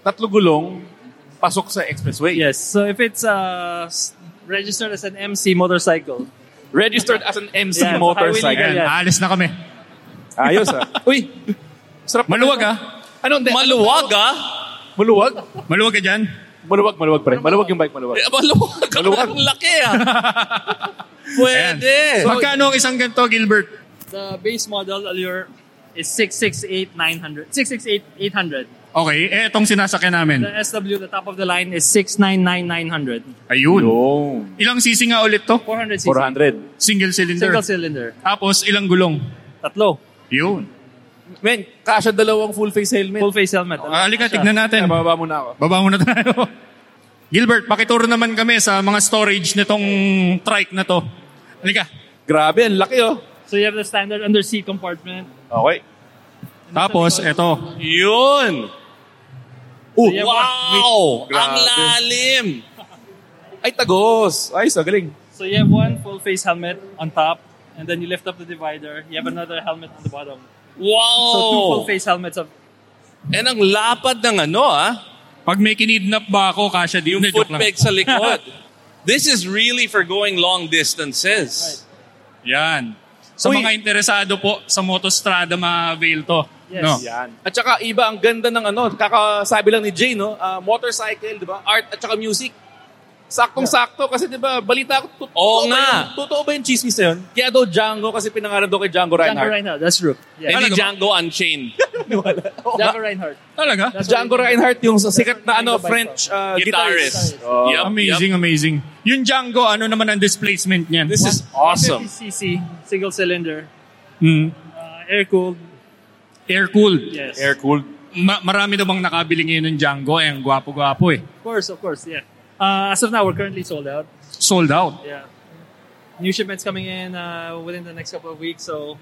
H: tatlo gulong, pasok sa expressway.
G: Yes. So if it's uh, s- registered as an MC motorcycle.
H: Registered as an MC
G: Yeah, highway legal
J: Ayan,
G: yan.
J: Aalis na kami.
H: Ayos ah. Uy, sarap.
J: Maluwag ah.
H: Ano, de,
I: maluwag ah?
H: Maluwag?
J: Maluwag ka dyan?
H: Maluwag, maluwag pre. Maluwag yung bike, maluwag.
I: Eh, Maluwag.
H: Maluwag.
I: Ang laki ah. Pwede.
J: So, Magkano ang isang ganito, Gilbert?
G: The base model Allure is 668,900. 668,800.
J: Okay, eh, itong sinasakyan namin.
G: The SW, the top of the line, is 699,900.
J: Ayun. Ilang sisi nga ulit to?
G: 400 cc.
J: 400. Single cylinder.
G: Single cylinder.
J: Tapos, ilang gulong?
G: Tatlo.
J: Yun.
H: Men, kasha dalawang full face helmet. Full
G: face helmet.
J: Ah, halika, tignan natin.
H: Bababa muna ako.
J: Baba muna tayo. Gilbert, pakituro naman kami sa mga storage nitong trike na to. Halika.
H: Grabe, ang laki oh.
G: So you have the standard under seat compartment.
H: Okay.
J: Tapos, eto.
I: Yun.
H: Oh,
I: wow! Ang lalim!
H: Ay, tagos. Ay, sa galing.
G: So you have one full face helmet on top, and then you lift up the divider. You have another helmet on the bottom.
I: Wow!
G: So two full face helmets of
I: And ang lapad ng ano ah.
J: Pag may kinidnap ba ako, kasha di.
I: Yung
J: Hindi, joke lang.
I: footpeg sa likod. This is really for going long distances.
J: Yan. Sa
I: Uy.
J: mga interesado po sa Motostrada, ma-avail to.
G: Yes.
J: No?
H: Yan. At saka iba ang ganda ng ano, kakasabi lang ni Jay no, ah, motorcycle, 'di ba? Art at saka music. Saktong-sakto kasi 'di ba, balita ko tut-
I: Oo
H: totoo ba
I: nga.
H: yun? Totoo ba yung chismis na yun? Kaya daw Django kasi pinangalan daw kay Django
G: Django
H: Reinhardt. Ano,
G: Reinhardt. That's true. Yeah.
I: Hindi Django Unchained. Oh,
G: Django Reinhardt.
J: Talaga?
G: That's
H: Django
G: what-
H: Reinhardt yung sa sikat na ano
G: That's what
H: French ah,
I: Guitarist.
H: guitarist.
I: Oh. Yup,
J: amazing, amazing. Yung Django, ano naman ang displacement niyan?
I: This is awesome.
G: 150cc single cylinder,
J: Hmm.
G: uh, air cooled.
J: Air cooled.
G: Yes.
H: Air cooled.
J: Ma- marami daw bang nakabili ngayon ng Django? Eh, ang gwapo-gwapo eh.
G: Of course, of course. Yeah. Uh, as of now, we're currently sold out.
J: Sold out.
G: Yeah. New shipments coming in uh, within the next couple of weeks. So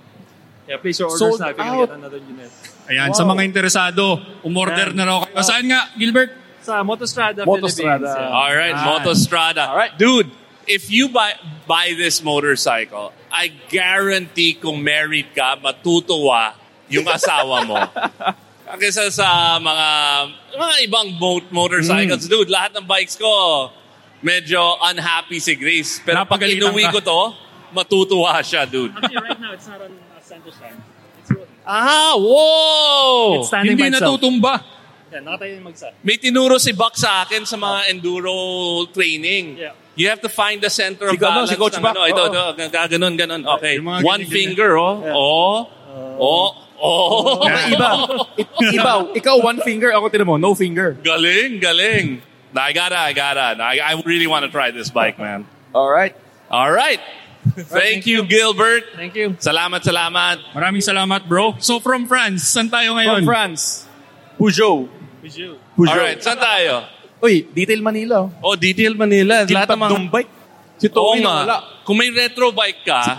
G: yeah, place your orders
J: Sold
G: now if you're
J: out.
G: gonna get another unit.
J: Ayan, sa mga interesado, umorder
G: Yan.
J: na raw kayo. Saan nga, Gilbert?
G: Sa Motostrada,
H: Motostrada.
G: Philippines. yeah.
I: All right,
J: Ah.
I: Motostrada. All right. Dude, if you buy buy this motorcycle, I guarantee kung married ka, matutuwa yung asawa mo. Kaysa sa mga mga ibang boat
H: Mm.
I: motorcycles. Dude, lahat ng bikes ko, medyo unhappy si Grace. Pero pag
J: Napagalitan
I: inuwi ko
J: ka.
I: to, matutuwa siya, dude.
G: Actually, right now, it's not on uh, Santos time. It's rolling.
I: Ah, whoa!
G: It's standing
J: Hindi
G: by itself.
J: natutumba.
G: Yeah, nakatayo yung magsa.
I: May tinuro si Buck sa akin sa
H: Oh.
I: mga enduro training.
G: Yeah.
I: You have to find the center of
H: Si Gano,
I: balance.
H: si Coach
I: ng
H: Buck,
I: ano, ito,
H: oo.
I: ito, g- g- ganun, ganun. Okay.
J: Yung mga
I: One
J: ganyan,
I: finger, oh. Oh. Oh. Oh.
H: Iba, iba. iba. Ikaw one finger, ako tinan mo, no finger.
I: galing, galing. I gotta, I gotta. I, I really want to try this bike, man.
H: All right.
I: All right. Thank you, Gilbert. Thank you. Salamat, salamat.
J: Maraming salamat, bro. So, from France, saan tayo ngayon?
I: From
J: France. Pujol.
I: Pujol.
J: Pujol.
I: Alright, saan tayo?
H: Uy, Detail Manila.
I: Oh, Detail Manila. Lahat ng mga...
H: Si
I: Oo
H: Toy
I: nga.
H: wala.
I: Kung may retro bike ka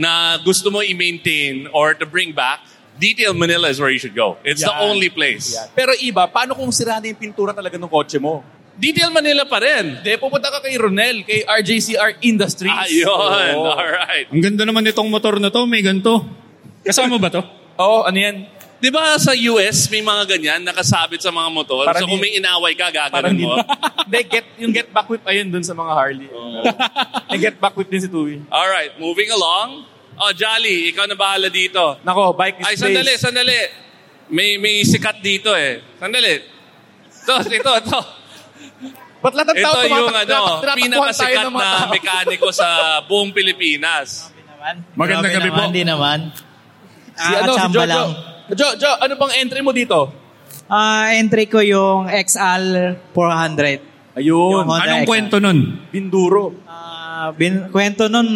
I: na gusto mo i-maintain or to bring back, Detail Manila is where you should go. It's the
H: Yan.
I: only place.
H: Yan. Pero iba, paano kung sira na yung pintura talaga ng kotse mo?
I: Detail Manila pa rin.
H: Hindi, pupunta ka kay Ronel, kay RJCR Industries.
I: Ayun,
H: Oo.
I: alright.
J: Ang ganda naman itong motor na to, may ganito. Kasama ba to?
H: Oo, ano yan?
I: Di ba sa US may mga ganyan nakasabit sa mga motor?
H: Parang
I: so kung may inaway ka, gaganon
H: Parang di
I: mo.
H: Hindi, get, yung get back whip ayun dun sa mga Harley.
J: Oh.
H: May get back whip din si Tui.
I: Alright, moving along. Oh, Jolly, ikaw na bahala dito.
H: Nako, bike
I: Ay,
H: displays.
I: sandali, sandali. May, may sikat dito eh. Sandali. Ito, ito, ito.
H: Ba't lahat ng tao
I: Ito yung ano,
H: tumatak- tumatak- tumatakbuhan tayo
I: pinakasikat
H: ng mga
I: na
H: tao?
I: mekaniko sa buong Pilipinas.
U: Magandang gabi po. Hindi naman.
H: Si ano, si
U: Nakakachamba
H: Jojo.
U: lang.
H: Jo, Jo, ano bang entry mo dito?
U: Ah, entry ko yung XL 400.
H: Ayun. Anong kwento
J: nun?
H: Binduro.
U: Ah, bin, kwento nun,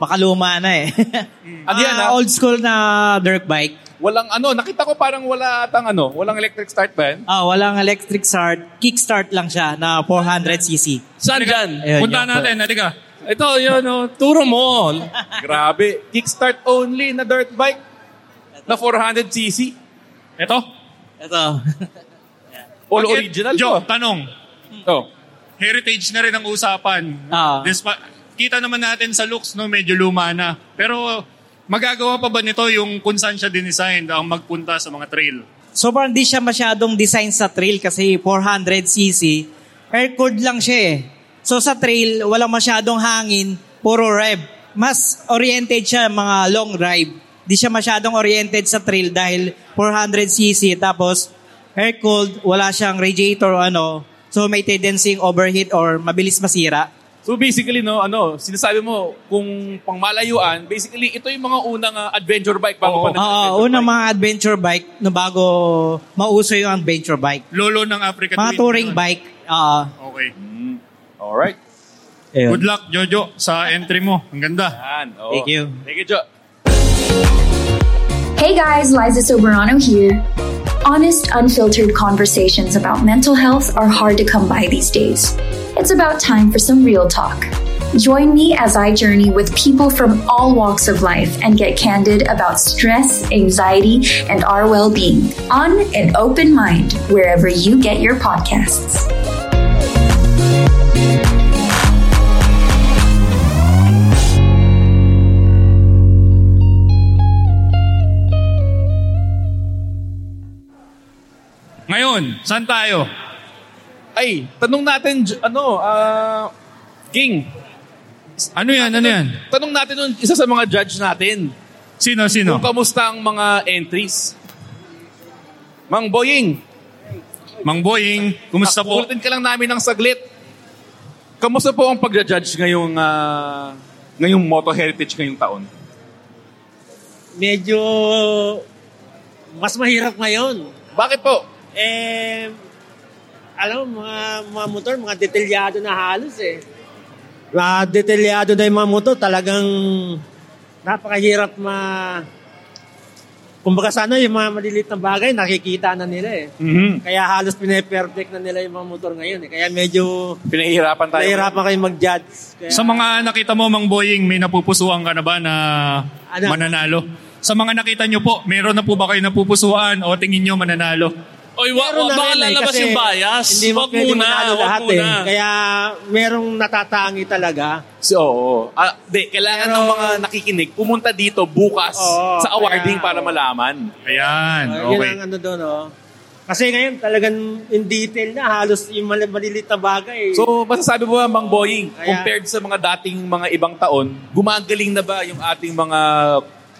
U: makaluma na eh.
H: Ano yan,
U: Ah,
H: ah?
U: old school na dirt bike.
H: Walang ano, nakita ko parang wala atang ano, walang electric start ba yan?
U: Ah, walang electric start. Kickstart lang siya na 400cc.
I: Saan dyan?
U: Ayun,
I: Punta
U: yun po.
I: natin, halika. Ito, yun, oh, turo mo.
H: Grabe. Kickstart only na dirt bike na 400cc.
J: Ito?
U: Ito.
H: All
J: Bakit,
H: original
J: Jo,
H: to.
J: tanong.
H: Oh.
J: Heritage na rin ang usapan.
U: Ah.
J: Despa- kita naman natin sa looks, no, medyo luma na. Pero magagawa pa ba nito yung kung saan siya dinesign ang magpunta sa mga trail?
U: So parang di siya masyadong design sa trail kasi 400cc. Air-cooled lang siya eh. So sa trail, walang masyadong hangin, puro rev. Mas oriented siya mga long drive. Di siya masyadong oriented sa trail dahil 400cc tapos air-cooled, wala siyang radiator o ano. So may tendency yung overheat or mabilis masira.
H: So basically no, ano, sinasabi mo kung pangmalayuan, basically ito yung mga unang ah, adventure bike bago pa na-
U: Oo, Ah, unang mga adventure bike na bago mauso yung adventure bike.
J: Lolo ng Africa
U: Mga
J: Twin
U: touring
J: yun.
U: bike. ah. Oo.
J: Okay.
H: Mm. Alright.
J: Good luck, Jojo, sa entry mo. Ang ganda.
U: Thank you.
H: Thank you, Jo.
V: Hey guys, Liza Soberano here. Honest, unfiltered conversations about mental health are hard to come by these days. It's about time for some real talk. Join me as I journey with people from all walks of life and get candid about stress, anxiety, and our well being on an open mind wherever you get your podcasts.
J: Ngayon, saan tayo?
H: Ay, tanong natin J- ano, ah King.
J: Ano yan? Ano yan?
H: Tanong natin nun, isa sa mga judge natin.
J: Sino, sino?
H: Kung kamusta ang mga entries. Mang Boying.
J: Mang Boying, kumusta po?
H: Kulitin ka lang namin ng saglit. Kamusta po ang pagja-judge ngayong ah, ngayong Moto Heritage ngayong taon?
W: medyo mas mahirap ngayon.
H: Bakit po?
W: Eh, alam mo, mga, mga motor, mga detalyado na halos eh. Mga Ah, detalyado na yung mga motor, talagang napakahirap ma... Kumbaga sana yung mga maliliit na bagay, nakikita na nila eh.
I: Hmm.
H: Mhm.
W: Kaya halos pinaperfect na nila yung mga motor ngayon eh. Kaya medyo
H: Pinahihirapan tayo.
W: nahihirapan kayo mag-judge. Kaya,
J: Sa mga nakita mo, Mang Boying, may napupusuan ka na ba na
W: Ano?
J: mananalo? Sa mga nakita nyo po, meron na po ba kayo napupusuan o tingin nyo mananalo?
I: Oy, wa,
W: Meron
I: wa,
W: na
I: baka
W: rin eh,
I: lalabas
W: kasi
I: yung bias.
W: Hindi mo
I: Wag
W: pwede
I: muna,
W: manalo
I: wag
W: lahat
I: muna.
W: eh. Kaya merong natatangi talaga.
H: So, oo. Ah, di, kailangan ng mga nakikinig pumunta dito bukas
W: Oo,
H: sa awarding
W: kaya,
H: para malaman.
J: Ayan,
W: Uh, Yun ang ano doon, oh. Kasi ngayon talagang in detail na halos yung mali- maliliit na bagay. eh.
H: So, masasabi mo ba, Mang Boying,
W: Kaya-
H: compared sa mga dating mga ibang taon, gumagaling na ba yung ating mga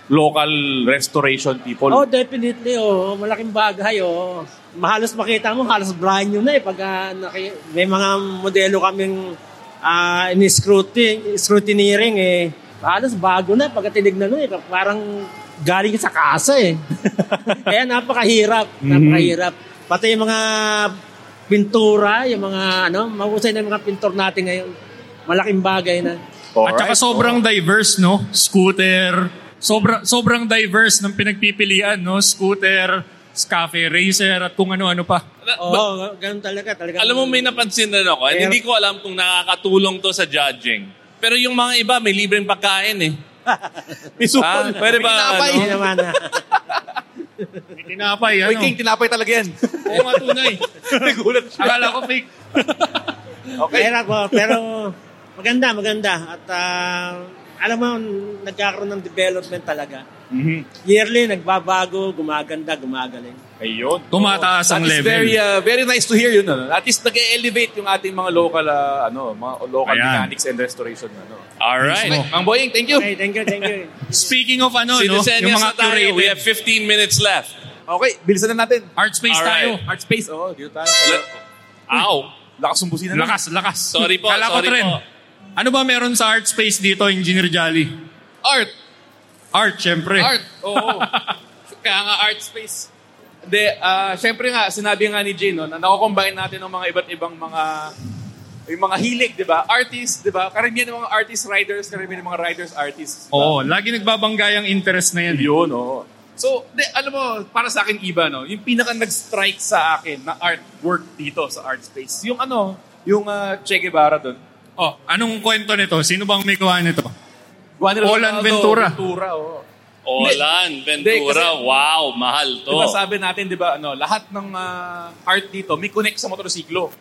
H: local restoration people?
W: Oh, definitely, oh. Malaking bagay, oh. Mahalos makita mo, halos brand new na eh. Pag ah, naki- may mga modelo kaming ah, in-scruti- scrutineering eh. Halos bago na pag tinignan mo eh. Parang galing sa kasa eh. Kaya napakahirap, napakahirap. Pati yung mga pintura, yung mga ano, mahusay na yung mga pintor natin ngayon. Malaking bagay na.
J: At
M: Alright,
J: saka sobrang diverse, no? Scooter. Sobra, sobrang diverse ng pinagpipilian, no? Scooter, cafe racer, at kung ano-ano pa.
O: Oo, oh, ganun talaga. talaga.
I: Alam mo, may napansin na ako. And
O: Pero-
I: hindi ko alam kung nakakatulong to sa judging. Pero yung mga iba, may libreng pagkain eh.
H: May
I: supon. pwede ba?
H: Tinapay.
I: ano?
J: May tinapay, ano?
H: Uy, King, tinapay talaga yan.
J: Oo nga, tunay. Nagulat siya. Akala ko fake.
H: Okay.
O: Pero, ako, pero maganda, maganda. At ah, alam mo, nagkakaroon ng development talaga.
M: Mm-hmm.
O: Yearly, nagbabago, gumaganda, gumagaling.
H: Ayun.
J: Tumataas ang
H: That is
J: level.
H: very, uh, very nice to hear yun. Ano? At least nag-elevate yung ating mga local, uh, ano, mga local
J: Ayan.
H: mechanics and restoration. Ano.
I: Alright.
H: Mismo. Mang Boying, thank you.
O: Okay, thank you, thank you.
J: Speaking of ano, no?
I: Sinesenias
J: Yung
I: na
J: mga
I: tayo.
J: curated.
I: We have 15 minutes left.
H: Okay, bilisan na natin.
J: Art space tayo.
H: Art space, oo. Oh, dito tayo.
I: Ow.
H: Lakas ng busina.
J: Lakas, lakas.
I: Sorry po,
J: Kala ko
I: sorry
J: trend.
I: po.
J: Ano ba meron sa art space dito, Engineer Jolly?
I: Art.
J: Art, syempre.
H: Art, oo. Kaya nga art space. Hindi, ah, syempre nga, sinabi nga ni Jay, no, na nakocombine natin ng mga iba't ibang mga yung mga hilig, di ba? Artists, di ba? Karamihan ng mga artist writers, karamihan ng mga writers artists.
J: Oo, lagi nagbabanggay ang interest na yan. eh.
H: Yun,
I: oh.
H: oo. So, di, alam mo, para sa akin iba, no? Yung pinaka nag-strike sa akin na artwork dito sa art space, yung ano, yung ah, Che Guevara doon.
J: Oh, anong kwento nito? Sino bang may kuha nito?
H: Juan Ronaldo,
J: Olan Ventura.
H: Ventura, oo.
I: oh. Olan, Ventura,
H: kasi-
I: wow, mahal to.
H: Diba sabi natin, di ba, ano, lahat ng ah, art dito may connect sa motorsiklo.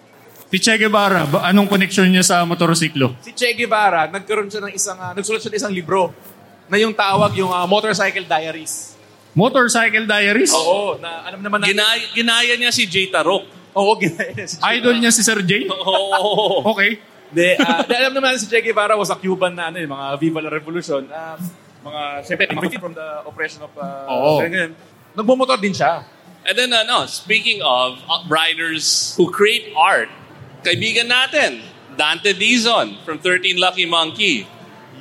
J: Si Che Guevara, ba- anong connection niya sa motorsiklo?
H: Si Che Guevara, nagkaroon siya ng isang, ah, nagsulat siya ng isang libro na yung tawag yung ah, Motorcycle Diaries.
J: Motorcycle Diaries?
H: Oo, na alam naman natin.
I: Ginaya, ginaya niya si Jay Tarok.
H: Oo, ginaya niya si
J: Idol niya si Sir Jay?
I: Oo.
J: Okay.
H: De, ah, de, alam naman natin si Che Guevara was a Cuban na ano, yung mga Viva la Revolution. ah, mga, syempre, convicted from the oppression of... ah,
I: Oo.
H: ganyan. Nagmumotor din siya.
I: And then, ano, speaking of uh, writers who create art, kaibigan natin, Dante Dizon from 13 Lucky Monkey.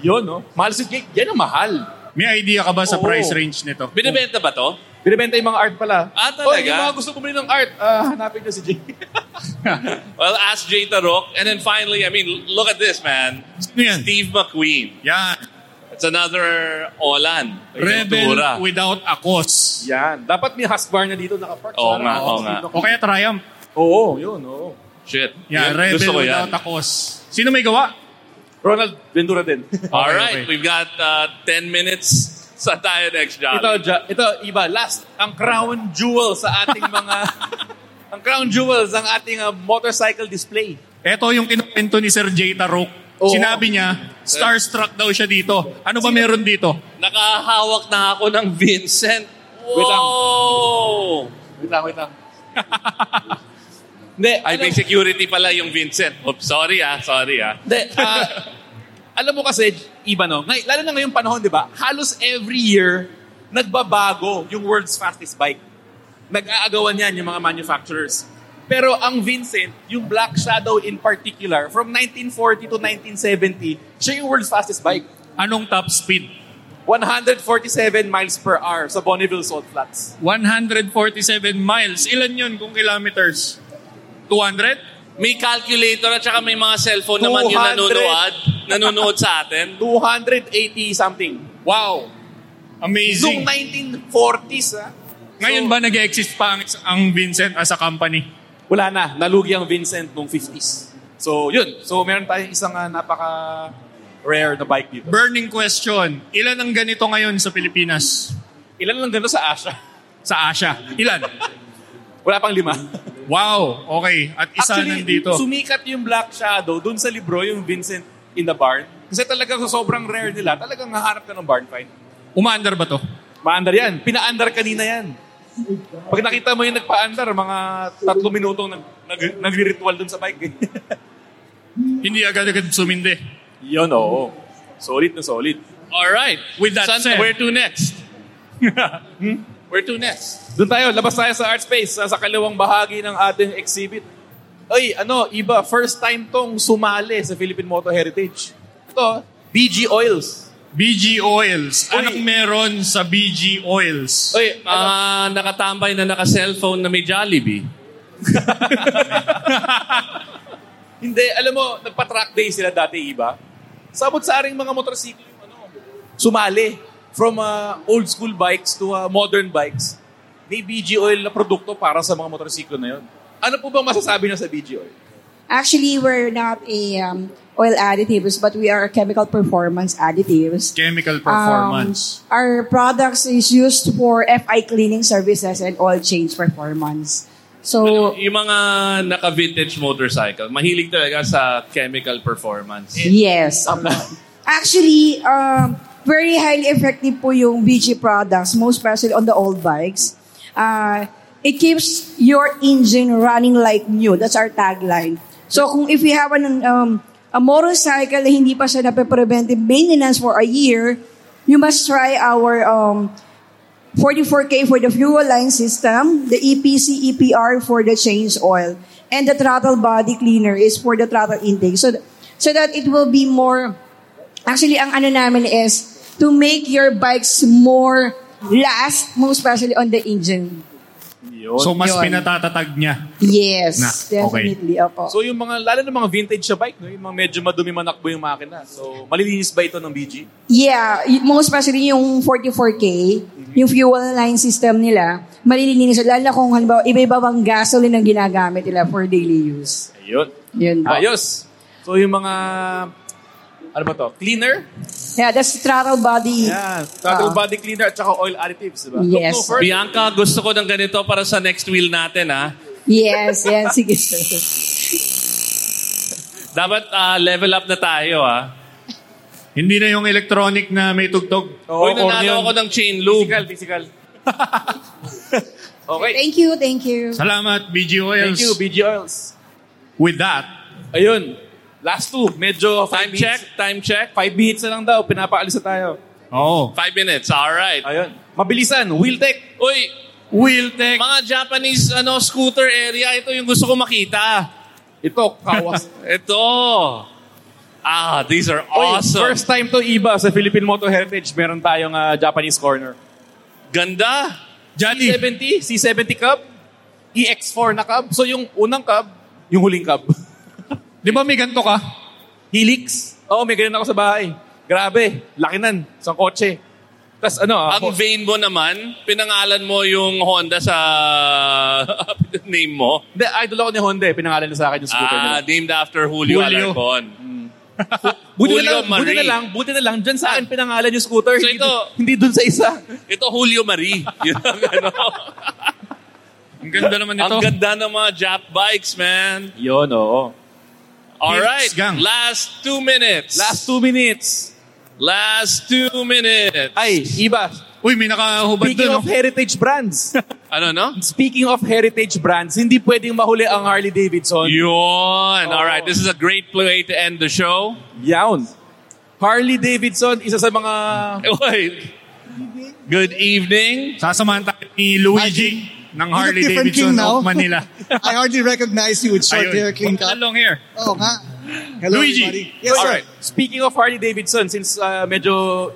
H: Yun, no? Mahal si Jake. Yan ang mahal.
J: May idea ka ba sa
H: Oo.
J: price range nito?
I: Binibenta ba to?
H: Binibenta yung mga art pala.
I: Ah,
H: Oh,
I: talaga?
H: yung mga gusto bumili ng art, ah, hanapin niyo si Jake.
I: Well, ask Jay Tarok. And then finally, I mean, l- look at this, man.
J: Ano
I: Steve McQueen.
J: Yeah.
I: It's another Olan.
J: Rebel
I: Ventura.
J: without a cause.
H: Yan. Dapat may Husqvarna dito nakapark.
I: Oo
H: Sana,
I: nga,
H: oh,
I: oo
H: si
I: nga.
H: Doc-
J: O kaya Triumph.
H: Oo, yun, oo.
I: Shit.
J: Yeah,
I: Yun,
J: Rebel
I: gusto ko yan.
J: without a cause. Sino may gawa?
H: Ronald Ventura din.
I: All right, we've got uh, 10 minutes sa tayo next job.
H: Ito, ja, ito, iba, last, ang crown jewel sa ating mga, ang crown jewels ng ating uh, motorcycle display.
J: Ito yung kinukwento ni Sir Jay Tarok.
H: Oo.
J: Sinabi niya, starstruck daw siya dito. Ano ba meron dito?
I: Nakahawak na ako ng Vincent. Whoa!
H: Wait lang. Wait lang, wait lang. Hindi,
I: Ay, may security pala yung Vincent. Oops, sorry ah, sorry ah.
H: Hindi, ah, alam mo kasi, iba no, ngay, lalo na ngayong panahon, di ba, halos every year, nagbabago yung world's fastest bike. Nag-aagawan yan yung mga manufacturers. Pero ang Vincent, yung Black Shadow in particular, from 1940 to 1970, siya yung world's fastest bike.
J: Anong top speed?
H: 147 miles per hour sa Bonneville Salt Flats.
J: 147 miles. Ilan yun kung kilometers? 200?
I: May calculator at saka may mga cellphone naman yung
H: 200.
I: nanonood, nanonood sa atin.
H: 280 something. Wow!
J: Amazing.
H: Noong 1940s, ah.
J: Ngayon ba nag-exist pa ang, ang Vincent as a company?
H: Wala na. Nalugi ang Vincent noong 50s. So, yun. So, meron tayong isang ah, napaka rare na bike dito.
J: Burning question. Ilan ang ganito ngayon sa Pilipinas?
H: Ilan lang ganito sa Asia?
J: Sa Asia. Ilan?
H: Wala pang lima.
J: Wow. Okay. At isa
H: Actually,
J: nandito.
H: sumikat yung Black Shadow dun sa libro, yung Vincent in the Barn. Kasi talagang sa sobrang rare nila, talagang hahanap ka ng barn find.
J: Umaandar ba to?
H: Maandar yan. Pinaandar kanina yan. Pag nakita mo yung nagpaandar, mga tatlo minutong nag, nag, nagri-ritual dun sa bike.
J: Hindi agad-agad sumindi.
H: Yun, oo. Solid na solid.
I: All right.
J: With that
I: San-
J: said-
I: where to next?
H: Hmm?
I: Where to next?
H: Doon tayo, labas tayo sa art space, sa, sa kaliwang bahagi ng ating exhibit. Ay, ano, iba, first time tong sumali sa Philippine Moto Heritage. Ito, BG Oils.
J: BG Oils. Anong meron sa BG Oils?
H: Oy,
I: Ah, nakatambay na naka-cellphone na may Jollibee.
H: Hindi, alam mo, nagpa-track day sila dati, iba. Sabot-saring mga motorsiklo yung ano, sumali from uh, old school bikes to uh, modern bikes. May BG oil na produkto para sa mga motorsiklo na yun. Ano po bang masasabi niyo sa BG oil?
X: Actually, we're not a um, oil additives, but we are chemical performance additives.
J: Chemical
X: Um,
J: performance.
X: our products is used for FI cleaning services and oil change performance. So,
I: Yung mga naka-vintage motorcycle, mahilig talaga sa chemical performance.
X: yes. um, actually, um, very highly effective po yung VG products, most especially on the old bikes. Uh, it keeps your engine running like new. That's our tagline. So kung if you have an, um, a motorcycle na hindi pa siya nape-preventive maintenance for a year, you must try our um, 44K for the fuel line system, the E EPC EPR for the change oil, and the throttle body cleaner is for the throttle intake. So, th- so that it will be more, actually ang ano namin is to make your bikes more last, most especially on the engine.
J: So mas
X: Yun.
J: pinatatatag niya.
X: Yes,
H: Na, okay.
X: definitely. Oh, Opo.
H: So yung mga, lalo na mga vintage na bike, no? yung mga medyo madumi manakbo yung makina. So malilinis ba ito ng BG?
X: Yeah, y- most especially yung 44K, yung fuel line system nila, malilinis. Lalo na kung halimbawa, iba-iba ang gasoline ang ginagamit nila for daily use.
H: Ayun.
X: Yun po.
H: Ayos. So yung mga, ano ba to? Cleaner?
X: Yeah, that's throttle body.
H: Yan.
X: Ah.
H: Throttle body cleaner at saka oil additives, di ba?
X: Yes.
H: Go, go first.
I: Bianca, gusto ko ng ganito para sa next wheel natin, ha?
X: Yes, yes. Sige, sir.
I: Dapat ah, level up na tayo, ha?
J: Hindi na yung electronic na may tugtog.
I: Uy, nanalo ako ng chain lube.
H: Physical, physical. okay.
X: Thank you, thank you.
J: Salamat, BG Oils.
H: Thank you, BG Oils.
J: With that,
H: ayun. Last two. Medyo time check,
I: time check.
H: Five minutes na lang daw. Pinapaalis na tayo.
J: Oo.
I: Five minutes, alright.
H: Ayun. Mabilisan, wheel tech.
I: Uy!
J: Wheel tech.
I: Mga Japanese ano scooter area, ito yung gusto ko makita.
H: Ito, kawas.
I: ito. Ah, these are
H: Oy,
I: awesome.
H: First time to iba sa Philippine Moto Heritage. Meron tayong ah, Japanese corner.
I: Ganda.
H: Jolly. C70, C70 Cub, EX4 E na Cub. So yung unang Cub, yung huling Cub.
J: Di ba may ganito ka?
H: Helix. Oo, may ganun ako sa bahay. Grabe, laki nan sa kotse. Tapos ano, ah,
I: Ang vain mo naman, pinangalan mo yung Honda sa name mo.
H: Hindi, idol ako ni Honda eh. Pinangalan na sa akin yung scooter
I: Ah,
H: nila.
I: named after Julio,
H: Julio.
I: Alarcon.
H: Buti na
I: Julio
H: lang, buti
I: Marie.
H: na lang, buti na lang. Diyan saan pinangalan yung scooter?
I: So
H: hindi,
I: ito,
H: hindi dun sa isa.
I: ito Julio Marie. Yun ang ano.
J: Ang ganda naman
I: Ang ganda ng mga Jap bikes, man.
H: Yun, oo.
I: All right,
H: Yes, gang.
I: last two minutes.
H: Last two minutes.
I: Last two minutes.
H: Ay, iba.
J: Uy, may nakahubad oh.
H: Speaking of heritage brands.
I: ano, no?
H: Speaking of heritage brands, hindi pwedeng mahuli ang Harley Davidson.
I: Yun. All right, this is a great way to end the show.
H: Yawn. Harley Davidson, isa sa mga...
I: Uy. Good evening.
J: Sasamahan tayo ni Luigi ng
Y: Is it
J: Harley
Y: different
J: Davidson
Y: king now?
J: of Manila.
Y: I hardly recognize you with short
H: Ayun.
Y: hair, clean cut.
J: Long hair.
Y: Oo nga. Hello, everybody. Yes, sir.
H: Alright. Speaking of Harley Davidson, since uh, medyo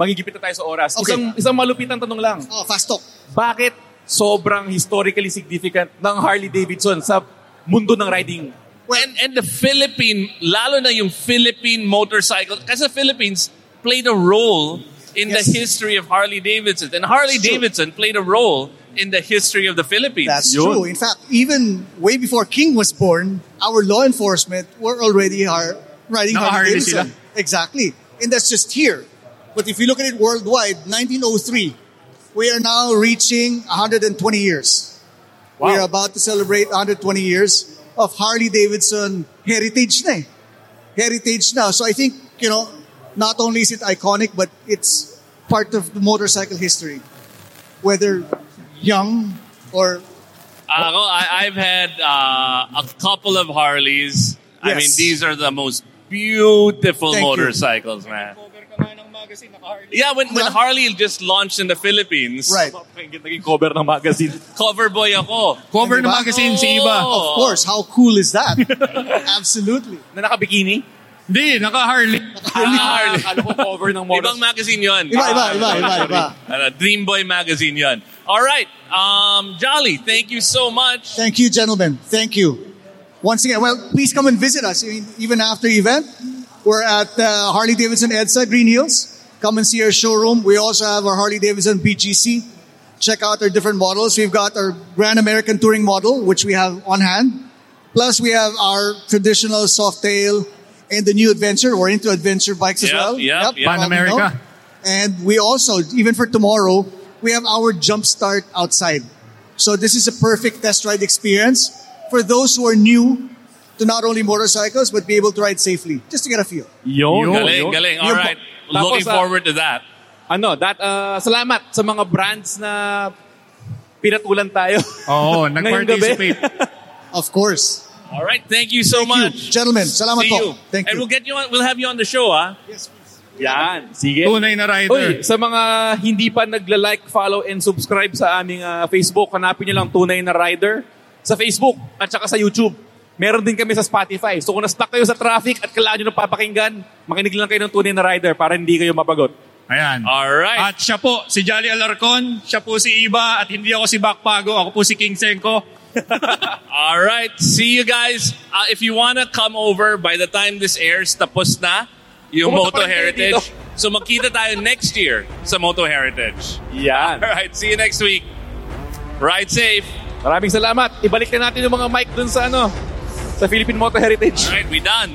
H: magigipit na tayo sa oras,
Y: Okay.
H: isang, isang malupitang tanong lang.
Y: Oh, fast talk.
H: Bakit sobrang historically significant ng Harley Davidson sa mundo ng riding?
I: and, and the Philippine, lalo na yung Philippine motorcycle, kasi Philippines played a role in the history of Harley Davidson. And Harley Davidson played a role in the history of the Philippines.
Y: That's true. In fact, even way before King was born, our law enforcement were already har- riding
J: Naka
Y: Harley
J: Harley
Y: Davidson. Exactly. And that's just here. But if you look at it worldwide, 1903, we are now reaching 120 years. We are about to celebrate 120 years of Harley Davidson heritage na eh. Heritage now. So I think, you know, not only is it iconic, but it's part of the motorcycle history. Whether young or
I: Ako, Uh, I, I've had uh, a couple of Harleys. I mean,
Y: Yes.
I: these are the most beautiful
Y: Thank you.
I: motorcycles, man. Yeah, when, when Harley just launched in the Philippines.
Y: Right.
H: Naging cover ng magazine.
I: Cover boy ako. Oh.
J: Cover ng magazine si Iba.
Y: Diba? Oh, Of course, how cool is that? Absolutely.
H: Na naka-bikini? Ah,
J: Hindi, naka-Harley.
I: Harley.
H: Akala ko cover ng
I: Ibang magazine yun.
Y: Iba, iba, iba,
I: Ah,
Y: iba, iba.
I: Ano, Dream Boy magazine yun. All right. Um, Jolly, thank you so much.
Y: Thank you, gentlemen. Thank you. Once again, well, please come and visit us. I mean, even after the E-, event, We're at uh, Harley Davidson EDSA, Green Hills. Come and see our showroom. We also have our Harley Davidson BGC. Check out our different models. We've got our Grand American Touring model, which we have on hand. Plus, we have our traditional Softail and the new Adventure. We're into adventure bikes as
I: Yep,
Y: well.
I: yep, yep.
Y: Pan
I: Pan-America.
Y: America. And we also, even for tomorrow, we have our jump start outside. So this is a perfect test ride experience for those who are new to not only motorcycles but be able to ride safely, just to get a feel.
H: Yo,
I: Galing, galing. All right. Looking forward to that.
H: ah, Ano, that, ah, salamat sa mga brands na pinatulan tayo.
J: Oo,
H: Ngayong gabi.
J: nag-participate.
Y: of course.
I: All right. Thank you so much.
Y: Gentlemen, salamat
I: See
Y: po.
I: you.
Y: Thank you.
I: and we'll get you on, we'll have you on the show, ah. Yes,
H: Yan, sige.
J: Tunay na
H: Uy,
J: rider.
H: sa mga hindi pa nagla-like, follow, and subscribe sa aming ah, Facebook, hanapin nyo lang Tunay na Rider sa Facebook at saka sa YouTube. Meron din kami sa Spotify. So kung na-stuck kayo sa traffic at kailangan nyo na papakinggan, makinig lang kayo ng Tunay na Rider para hindi kayo mabagot.
J: Ayan.
I: Alright.
J: At siya po, si Jolly Alarcon, siya po si Iba, at hindi ako si Bakpago, ako po si King Senko.
I: All right. See you guys. Uh, if you want to come over, by the time this airs, tapos na yung Moto
H: Pumunta pa rin kayo
I: Heritage. So makita tayo next year sa Moto Heritage.
H: Yan.
I: All right. See you next week. Ride safe.
H: Maraming salamat. Ibalik na natin yung mga mic dun sa ano, sa Philippine Moto Heritage.
I: All right. We done.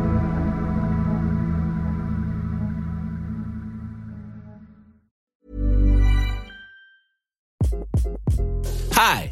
Z: Hi,